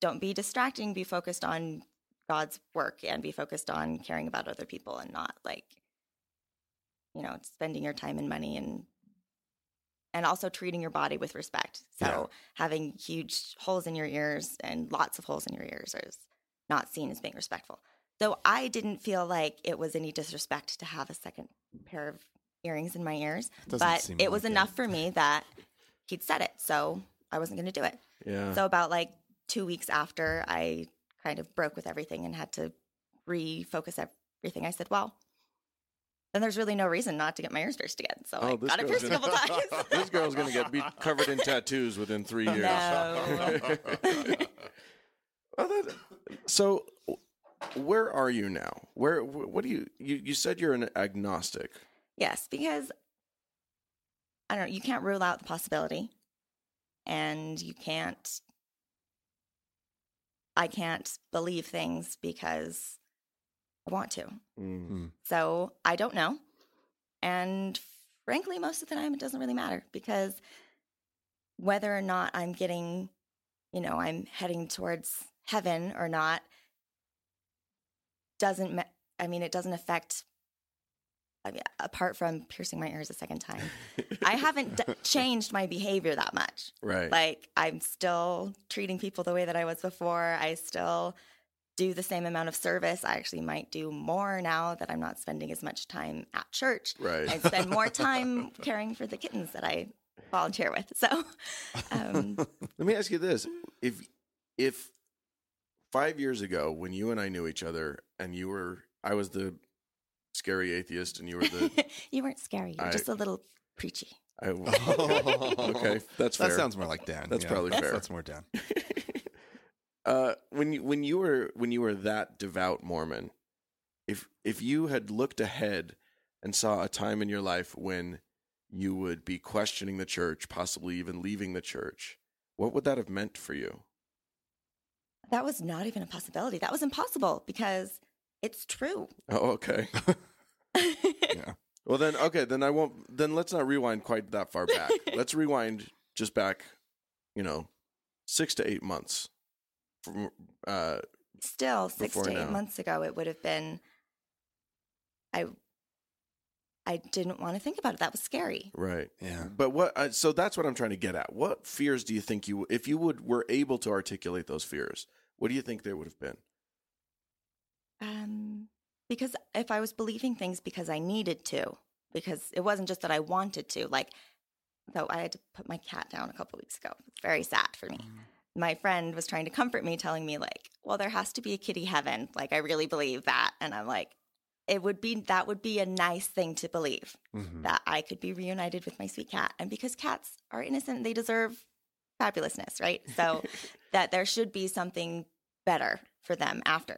D: don't be distracting be focused on god's work and be focused on caring about other people and not like you know spending your time and money and and also treating your body with respect so
B: Yeah.
D: having huge holes in your ears and lots of holes in your ears is not seen as being respectful though i didn't feel like it was any disrespect to have a second pair of earrings in my ears
A: Doesn't
D: but
A: seem
D: it was
A: like
D: enough for me that he'd said it so i wasn't going to do it
B: yeah.
D: so about like two weeks after i kind of broke with everything and had to refocus everything i said well then there's really no reason not to get my ears pierced again so
B: Oh,
D: i
B: this
D: got it
B: girl's
D: pierced a
B: gonna-
D: couple times
B: this girl's gonna get be covered in tattoos within three years.
D: No.
B: Well, that- so, w- where are you now? Where? wh- What do you? You, you said you're an agnostic.
D: Yes, because I don't know, you can't rule out the possibility. And you can't I can't believe things because I want to.
A: Hmm.
D: So I don't know. And frankly, most of the time it doesn't really matter because whether or not I'm getting, you know, I'm heading towards heaven or not doesn't, ma- I mean, it doesn't affect, I mean, apart from piercing my ears a second time, I haven't d- changed my behavior that much.
B: Right.
D: Like I'm still treating people the way that I was before. I still do the same amount of service. I actually might do more now that I'm not spending as much time at church.
B: Right.
D: I spend more time caring for the kittens that I volunteer with. So, um,
B: Let me ask you this: if if five years ago, when you and I knew each other, and you were, I was the scary atheist, and you were the.
D: you weren't scary. You're
B: I-
D: just a little preachy.
B: I, okay, that's fair.
A: That sounds more like Dan.
B: That's probably
A: that's,
B: fair.
A: That's more Dan.
B: uh, when you when you were when you were that devout Mormon, if if you had looked ahead and saw a time in your life when you would be questioning the church, possibly even leaving the church, what would that have meant for you?
D: That was not even a possibility. That was impossible because it's true.
B: Oh, okay. Well, then, okay, then I won't. Then let's not rewind quite that far back. let's rewind just back, you know, six to eight months. From, uh,
D: still six
B: Before
D: to eight
B: now.
D: months ago it would have been i i didn't want to think about it that was scary
B: right.
A: Yeah.
B: But what? I, so that's what I'm trying to get at. What fears do you think you, if you would, were able to articulate those fears? What do you think they would have been?
D: um because if i was believing things because i needed to because it wasn't just that i wanted to like though i had to put my cat down a couple weeks ago it's very sad for me
B: Mm-hmm.
D: my friend was trying to comfort me telling me like well there has to be a kitty heaven like i really believe that and i'm like it would be that would be a nice thing to believe
A: Mhm.
D: that I could be reunited with my sweet cat. And because cats are innocent, they deserve fabulousness, right? So that there should be something better for them after.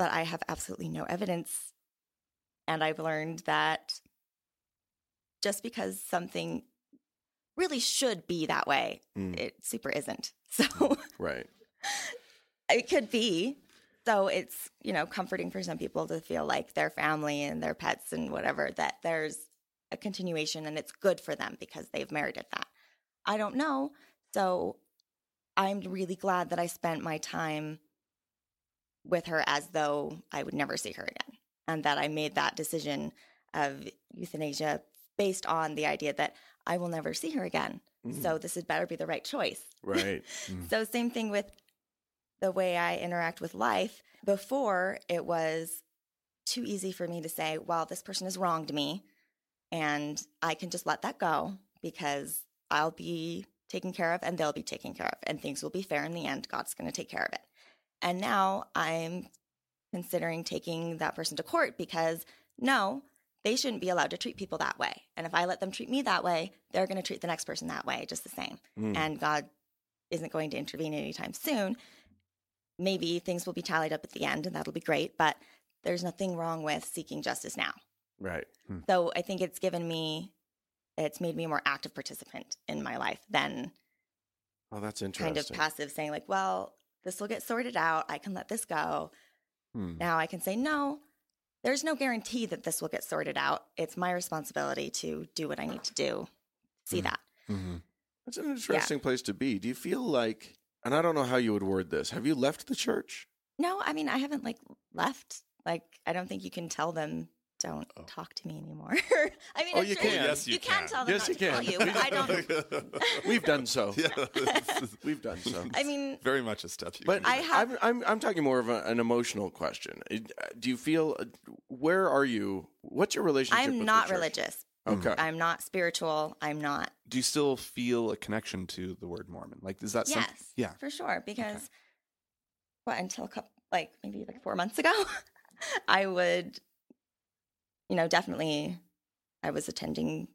D: But I have absolutely no evidence. And I've learned that just because something really should be that way.
A: Mm.
D: It super isn't. So
B: Right.
D: it could be. So it's, you know, comforting for some people to feel like their family and their pets and whatever, that there's a continuation and it's good for them because they've merited that. I don't know. So I'm really glad that I spent my time with her as though I would never see her again. And that I made that decision of euthanasia based on the idea that I will never see her again. So this had better be the right choice.
B: Mm-hmm. Right.
D: So same thing with the way I interact with life. Before it was too easy for me to say, well, this person has wronged me and I can just let that go because I'll be taken care of and they'll be taken care of and things will be fair in the end. God's going to take care of it. And now I'm considering taking that person to court because no, they shouldn't be allowed to treat people that way. And if I let them treat me that way, they're going to treat the next person that way just the same.
B: Mm-hmm.
A: Mm.
D: And God isn't going to intervene anytime soon. Maybe things will be tallied up at the end and that'll be great, but there's nothing wrong with seeking justice now.
B: Right.
D: So I think it's given me, it's made me a more active participant in my life than
B: Oh, that's
D: kind
B: interesting.
D: of passive saying, like, well, this will get sorted out. I can let this go.
A: Hmm.
D: Now I can say, no, there's no guarantee that this will get sorted out. It's my responsibility to do what I need to do. See that.
A: Mhm.
B: That's an interesting place to be. Do you feel like, and I don't know how you would word this, have you left the church?
D: No, I mean, I haven't like left. Like, I don't think you can tell them, don't talk to me anymore. I mean,
B: Oh,
D: I'm
B: you
D: sure
B: can. Yes,
A: you
D: you can.
A: can.
D: tell them
B: Yes,
D: not
B: you
D: to
B: can.
D: call you, but I don't.
B: We've done so.
A: yeah.
B: We've done so.
D: I mean,
A: Very much a step. you
B: But
A: can
D: I
B: I
A: do.
D: have-
B: am I'm, I'm talking more of a, an emotional question. It- uh, Do you feel, where are you? What's your relationship with
D: I'm
B: the
D: not
B: church?
D: religious.
B: Okay.
D: I'm not spiritual. I'm not.
A: Do you still feel a connection to the word Mormon? Like, is
B: Uh,
A: that
D: yes.
A: something? Yeah.
D: For sure. Because what until a couple, like maybe like four months ago, I would, you know, definitely, I was attending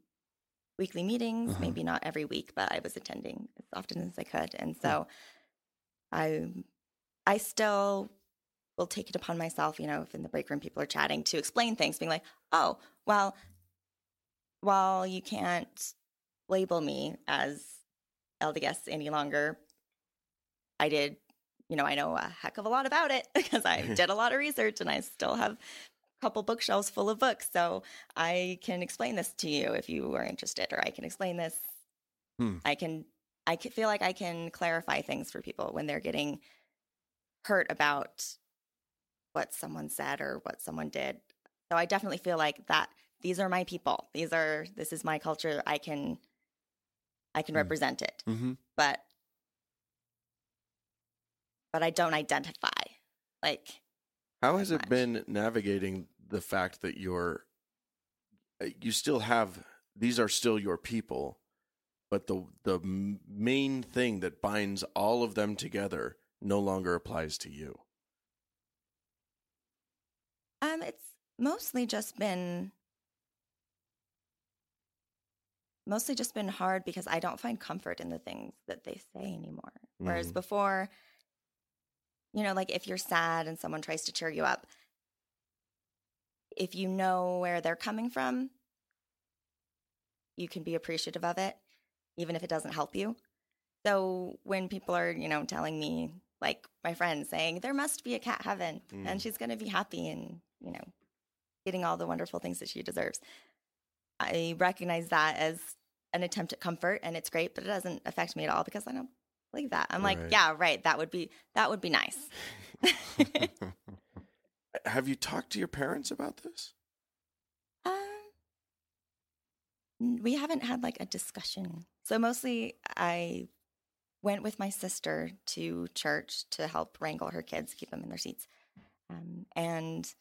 D: weekly meetings.
A: Uh-huh.
D: Maybe not every week, but I was attending as often as I could, and so I, I still will take it upon myself. You know, if in the break room people are chatting to explain things, being like, oh, well, while you can't label me as LDS any longer, I did, you know, I know a heck of a lot about it because I did a lot of research and I still have a couple bookshelves full of books. So I can explain this to you if you are interested, or I can explain this.
A: Hmm.
D: I can, I can feel like I can clarify things for people when they're getting hurt about what someone said or what someone did. So I definitely feel like that these are my people. These are, this is my culture. I can, I can
A: Hmm.
D: represent it
A: Mhm.
D: but but I don't identify. Like
B: How has it
D: much.
B: been navigating the fact that you're uh, you still have these are still your people, but the the m- main thing that binds all of them together no longer applies to you.
D: um it's mostly just been mostly just been hard because I don't find comfort in the things that they say anymore. Whereas
B: Mhm.
D: before you know like if you're sad and someone tries to cheer you up if you know where they're coming from you can be appreciative of it even if it doesn't help you. So when people are, you know, telling me, like my friend saying, there must be a cat heaven
B: Mm.
D: and she's going to be happy and, you know, getting all the wonderful things that she deserves, I recognize that as an attempt at comfort and it's great, but it doesn't affect me at all because I don't believe that. I'm
B: Right.
D: like, yeah, right. That would be, that would be nice.
B: Have you talked to your parents about this?
D: Um, n- we haven't had like a discussion. So mostly I went with my sister to church to help wrangle her kids, keep them in their seats. Um, and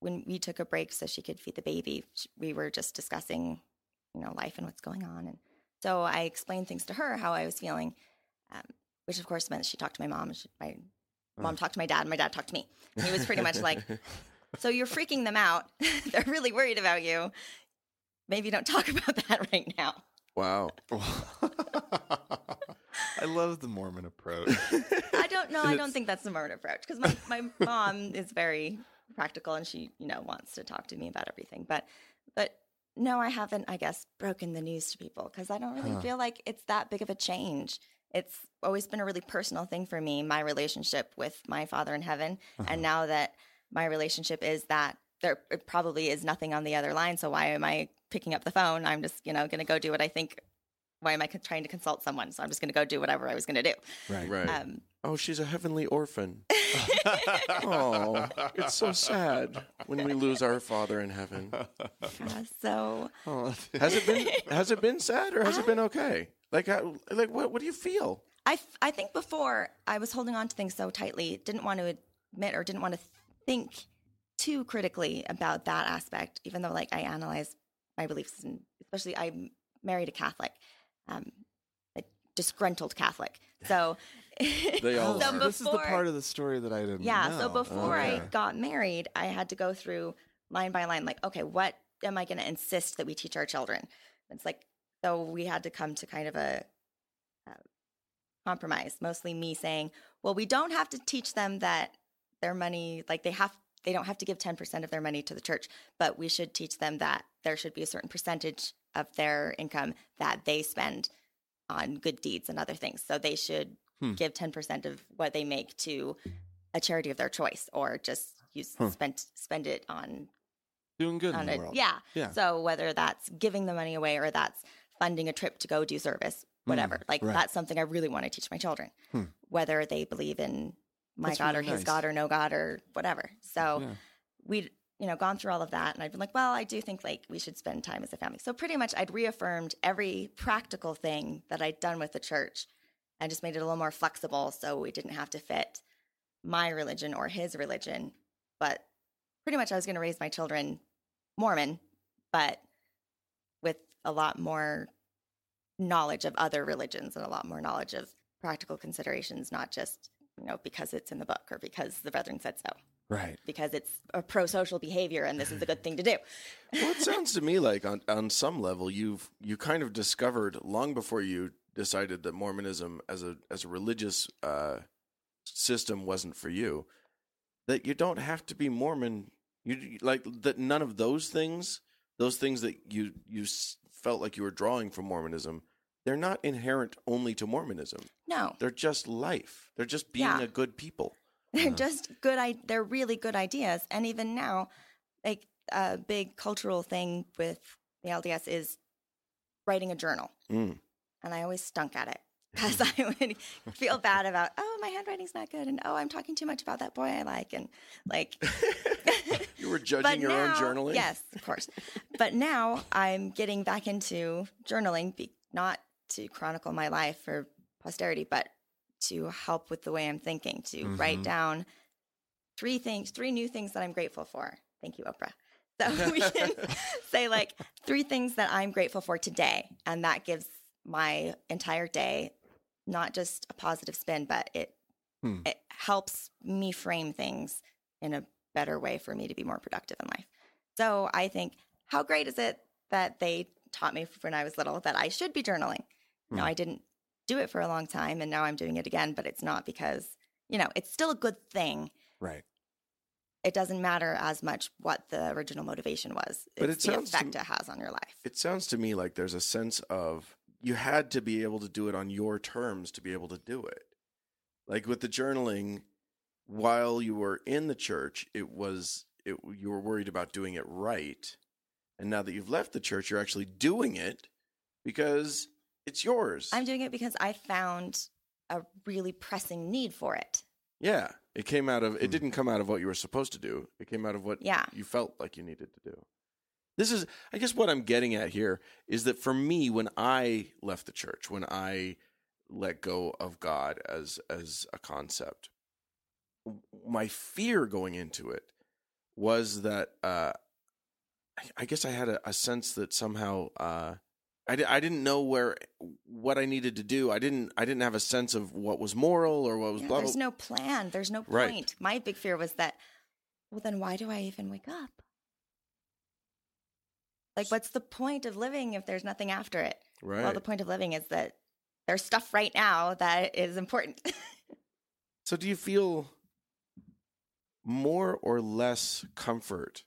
D: when we took a break so she could feed the baby, sh- we were just discussing, you know, life and what's going on. And so I explained things to her how I was feeling, um, which of course meant she talked to my mom. and She, my mom talked to my dad, and my dad talked to me. And he was pretty much like, so you're freaking them out. They're really worried about you. Maybe don't talk about that right now.
B: Wow.
A: I love the Mormon approach.
D: I don't know. I don't think that's the Mormon approach because my, my mom is very practical and she, you know, wants to talk to me about everything. But but no, I haven't, I guess, broken the news to people because I don't really feel like it's that big of a change. It's always been a really personal thing for me, my relationship with my father in heaven. And now that my relationship is that there it probably is nothing on the other line. So why am I picking up the phone? I'm just, you know, going to go do what I think. Why am I con- trying to consult someone? So I'm just going to go do whatever I was going to do.
A: Right.
B: Right.
D: Um,
B: oh, she's a heavenly orphan. oh, it's so sad when we lose our father in heaven.
D: yeah, so
A: Oh,
B: Has it been has it been sad or has it been okay? Like how, like what what do you feel?
D: I, f- I think before I was holding on to things so tightly, didn't want to admit or didn't want to think too critically about that aspect, even though like I analyze my beliefs, and especially I'm married a Catholic, um, a disgruntled Catholic. So
B: They all
D: So
B: are.
A: this is the
D: before-
A: part of the story that I didn't.
D: yeah.
A: know.
D: So before I
B: Okay.
D: got married, I had to go through line by line, like, okay, what am I going to insist that we teach our children? It's like, so we had to come to kind of a uh, compromise, mostly me saying, well, we don't have to teach them that their money, like they have, they don't have to give 10% of their money to the church, but we should teach them that there should be a certain percentage of their income that they spend on good deeds and other things. So they should
A: Hmm.
D: give 10% of what they make to a charity of their choice or just use
A: Huh.
D: spend spend it on
A: doing good in
D: on
A: the
D: it.
A: world.
D: Yeah.
A: Yeah.
D: So whether that's giving the money away or that's funding a trip to go do service, whatever. like
A: Hmm. right.
D: that's something I really want to teach my children,
A: Hmm.
D: whether they believe in my
A: That's
D: God
A: really
D: or his
A: nice.
D: God or no God or whatever. So
A: Yeah.
D: we'd you know gone through all of that, and I'd been like, well, I do think like we should spend time as a family. So pretty much, I'd reaffirmed every practical thing that I'd done with the church, and just made it a little more flexible, so it didn't have to fit my religion or his religion. But pretty much, I was going to raise my children Mormon, but with a lot more knowledge of other religions and a lot more knowledge of practical considerations, not just you know because it's in the book or because the brethren said so
A: Right.
D: because it's a pro-social behavior and this is a good thing to do.
B: Well, it sounds to me like on on some level you've you kind of discovered long before you decided that Mormonism as a as a religious uh, system wasn't for you that you don't have to be Mormon. You like that none of those things, those things that you you s- felt like you were drawing from Mormonism, they're not inherent only to Mormonism.
D: No,
B: They're just life. They're just being
D: Yeah.
B: a good people.
D: they're just good. I- they're really good ideas. And even now, like a big cultural thing with the LDS is writing a journal,
B: Mm.
D: and I always stunk at it because I would feel bad about oh my handwriting's not good and oh I'm talking too much about that boy I like and like
B: You were judging your own journaling.
D: Yes, of course. but now I'm getting back into journaling, be, not to chronicle my life for posterity, but to help with the way I'm thinking, to write
A: Mhm.
D: down three things, three new things that I'm grateful for. Thank you, Oprah. So we can say like three things that I'm grateful for today. And that gives my entire day not just a positive spin, but it
A: Hmm.
D: it helps me frame things in a better way for me to be more productive in life. So I think, how great is it that they taught me when I was little that I should be journaling? Now I didn't do it for a long time and now I'm doing it again, but it's not because, you know, it's still a good thing.
A: Right.
D: It doesn't matter as much what the original motivation was. It's
B: But it
D: the
B: sounds to
D: effect
B: me-
D: it has on your life.
B: It sounds to me like there's a sense of you had to be able to do it on your terms to be able to do it. Like with the journaling, while you were in the church, it was it you were worried about doing it right. And now that you've left the church, you're actually doing it because it's yours.
D: I'm doing it because I found a really pressing need for it.
B: yeah. It came out of it
A: Hmm.
B: didn't come out of what you were supposed to do. It came out of what
D: Yeah.
B: you felt like you needed to do. This is, I guess, what I'm getting at here is that for me, when I left the church, when I let go of God as as a concept, w- my fear going into it was that uh, I- I guess I had a, a sense that somehow uh, I di- I didn't know where what I needed to do. I didn't I didn't have a sense of what was moral or what was
D: Yeah,
B: blah blah.
D: there's no plan. There's no point.
B: Right.
D: My big fear was that, well, then why do I even wake up? Like, what's the point of living if there's nothing after it?
B: right.
D: Well, the point of living is that there's stuff right now that is important.
B: So do you feel more or less comfort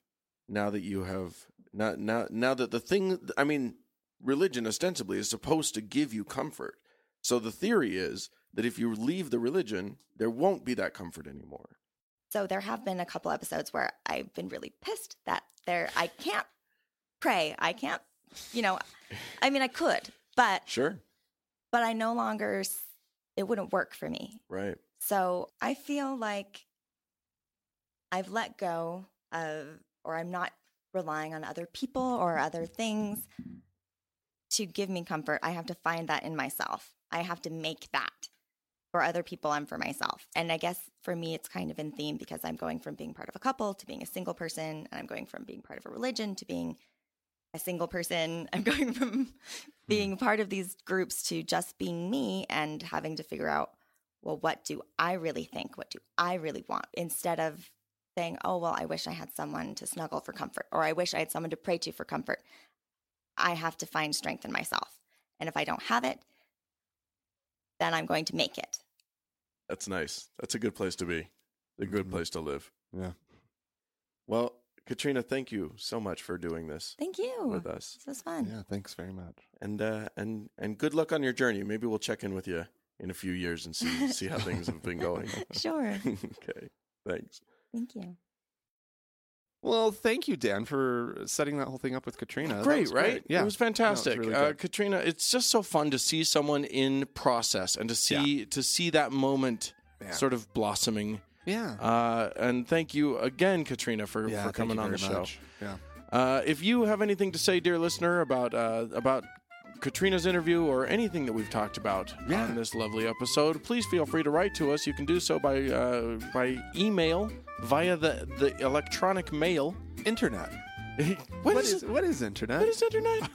B: now that you have Now, now, now that the thing, I mean, religion ostensibly is supposed to give you comfort. So the theory is that if you leave the religion, there won't be that comfort anymore.
D: So there have been a couple episodes where I've been really pissed that there I can't pray. I can't, you know, I mean I could, but
B: Sure.
D: but I no longer s- it wouldn't work for me.
B: Right.
D: So I feel like I've let go of, or I'm not relying on other people or other things to give me comfort. I have to find that in myself. I have to make that for other people and for myself. And I guess for me, it's kind of in theme because I'm going from being part of a couple to being a single person, and I'm going from being part of a religion to being a single person. I'm going from being part of these groups to just being me and having to figure out well, what do I really think? What do I really want? Instead of saying, oh, well, I wish I had someone to snuggle for comfort, or I wish I had someone to pray to for comfort. I have to find strength in myself. And if I don't have it, then I'm going to make it.
B: That's nice. That's a good place to be. A good
A: Mhm.
B: place to live.
A: Yeah.
B: Well, Katrina, thank you so much for doing this
D: Thank you.
B: with us.
D: This was fun.
A: Yeah. Thanks very much.
B: And uh and and good luck on your journey. Maybe we'll check in with you in a few years and see see how things have been going.
D: Sure.
B: okay. Thanks.
D: Thank you.
A: Well, thank you, Dan, for setting that whole thing up with Katrina. That
B: great,
A: was
B: right?
A: Yeah.
B: It was fantastic.
A: No, it's really
B: uh,
A: good.
B: Katrina, it's just so fun to see someone in process and to see to see that moment
A: Yeah.
B: sort of blossoming.
A: yeah.
B: Uh, and thank you again, Katrina, for,
A: yeah.
B: for
A: thank
B: coming
A: you
B: on the
A: very
B: show.
A: much. Yeah.
B: Uh, if you have anything to say, dear listener, about uh, about Katrina's interview or anything that we've talked about
A: Yeah.
B: on this lovely episode, please feel free to write to us. You can do so by uh, by email via the the electronic mail.
A: Internet.
B: what is,
A: what is internet?
B: what is internet?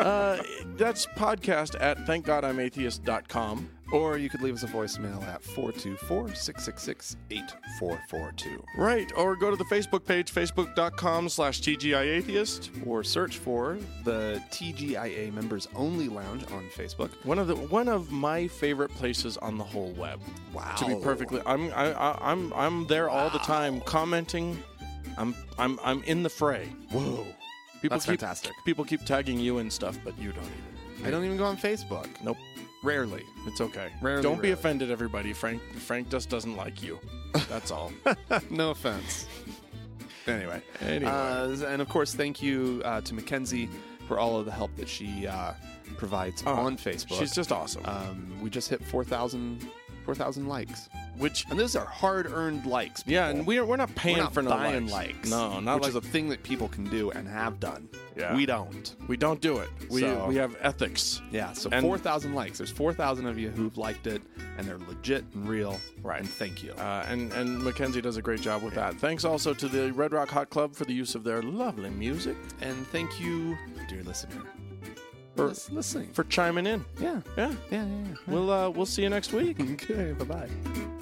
B: uh, that's podcast at thankgodimatheist.com.
A: Or you could leave us a voicemail at 424 666 8442.
B: Right, or go to the Facebook page, facebook.com slash TGIAtheist.
A: Or search for the TGIA Members Only Lounge on Facebook.
B: One of the one of my favorite places on the whole web.
A: Wow.
B: To be perfectly, I'm I, I, I'm I'm there all the time commenting. I'm I'm I'm in the fray.
A: Whoa.
B: People
A: That's
B: keep
A: fantastic.
B: people keep tagging you and stuff, but you don't even.
A: I don't even go on Facebook.
B: Nope,
A: Rarely.
B: it's okay.
A: Rarely,
B: don't be
A: rarely.
B: offended, everybody. Frank Frank just doesn't like you. That's all.
A: no offense. Anyway.
B: Anyway.
A: Uh, and of course, thank you uh, to Mackenzie for all of the help that she uh, provides on Facebook.
B: Uh, She's just awesome.
A: um, we just hit 4,000 4,000 likes.
B: Which
A: And those are hard earned likes.
B: yeah,
A: people.
B: and we're we're not paying
A: We're not
B: for no
A: buying
B: likes.
A: likes.
B: No, not
A: which
B: like
A: is a thing that people can do and have done.
B: Yeah.
A: We don't.
B: we don't do it. We
A: So-
B: we have ethics.
A: Yeah, so
B: And-
A: 4,000 likes. There's 4,000 of you who've liked it, and they're legit and real.
B: Right.
A: And thank you.
B: Uh, and and Mackenzie does a great job with that. Thanks also to the Red Rock Hot Club for the use of their lovely music
A: and thank you, dear listener, for lis- listening.
B: for chiming in.
A: yeah.
B: Yeah,
A: Yeah, yeah, yeah.
B: we'll uh, we'll see you next week.
A: Okay, bye bye.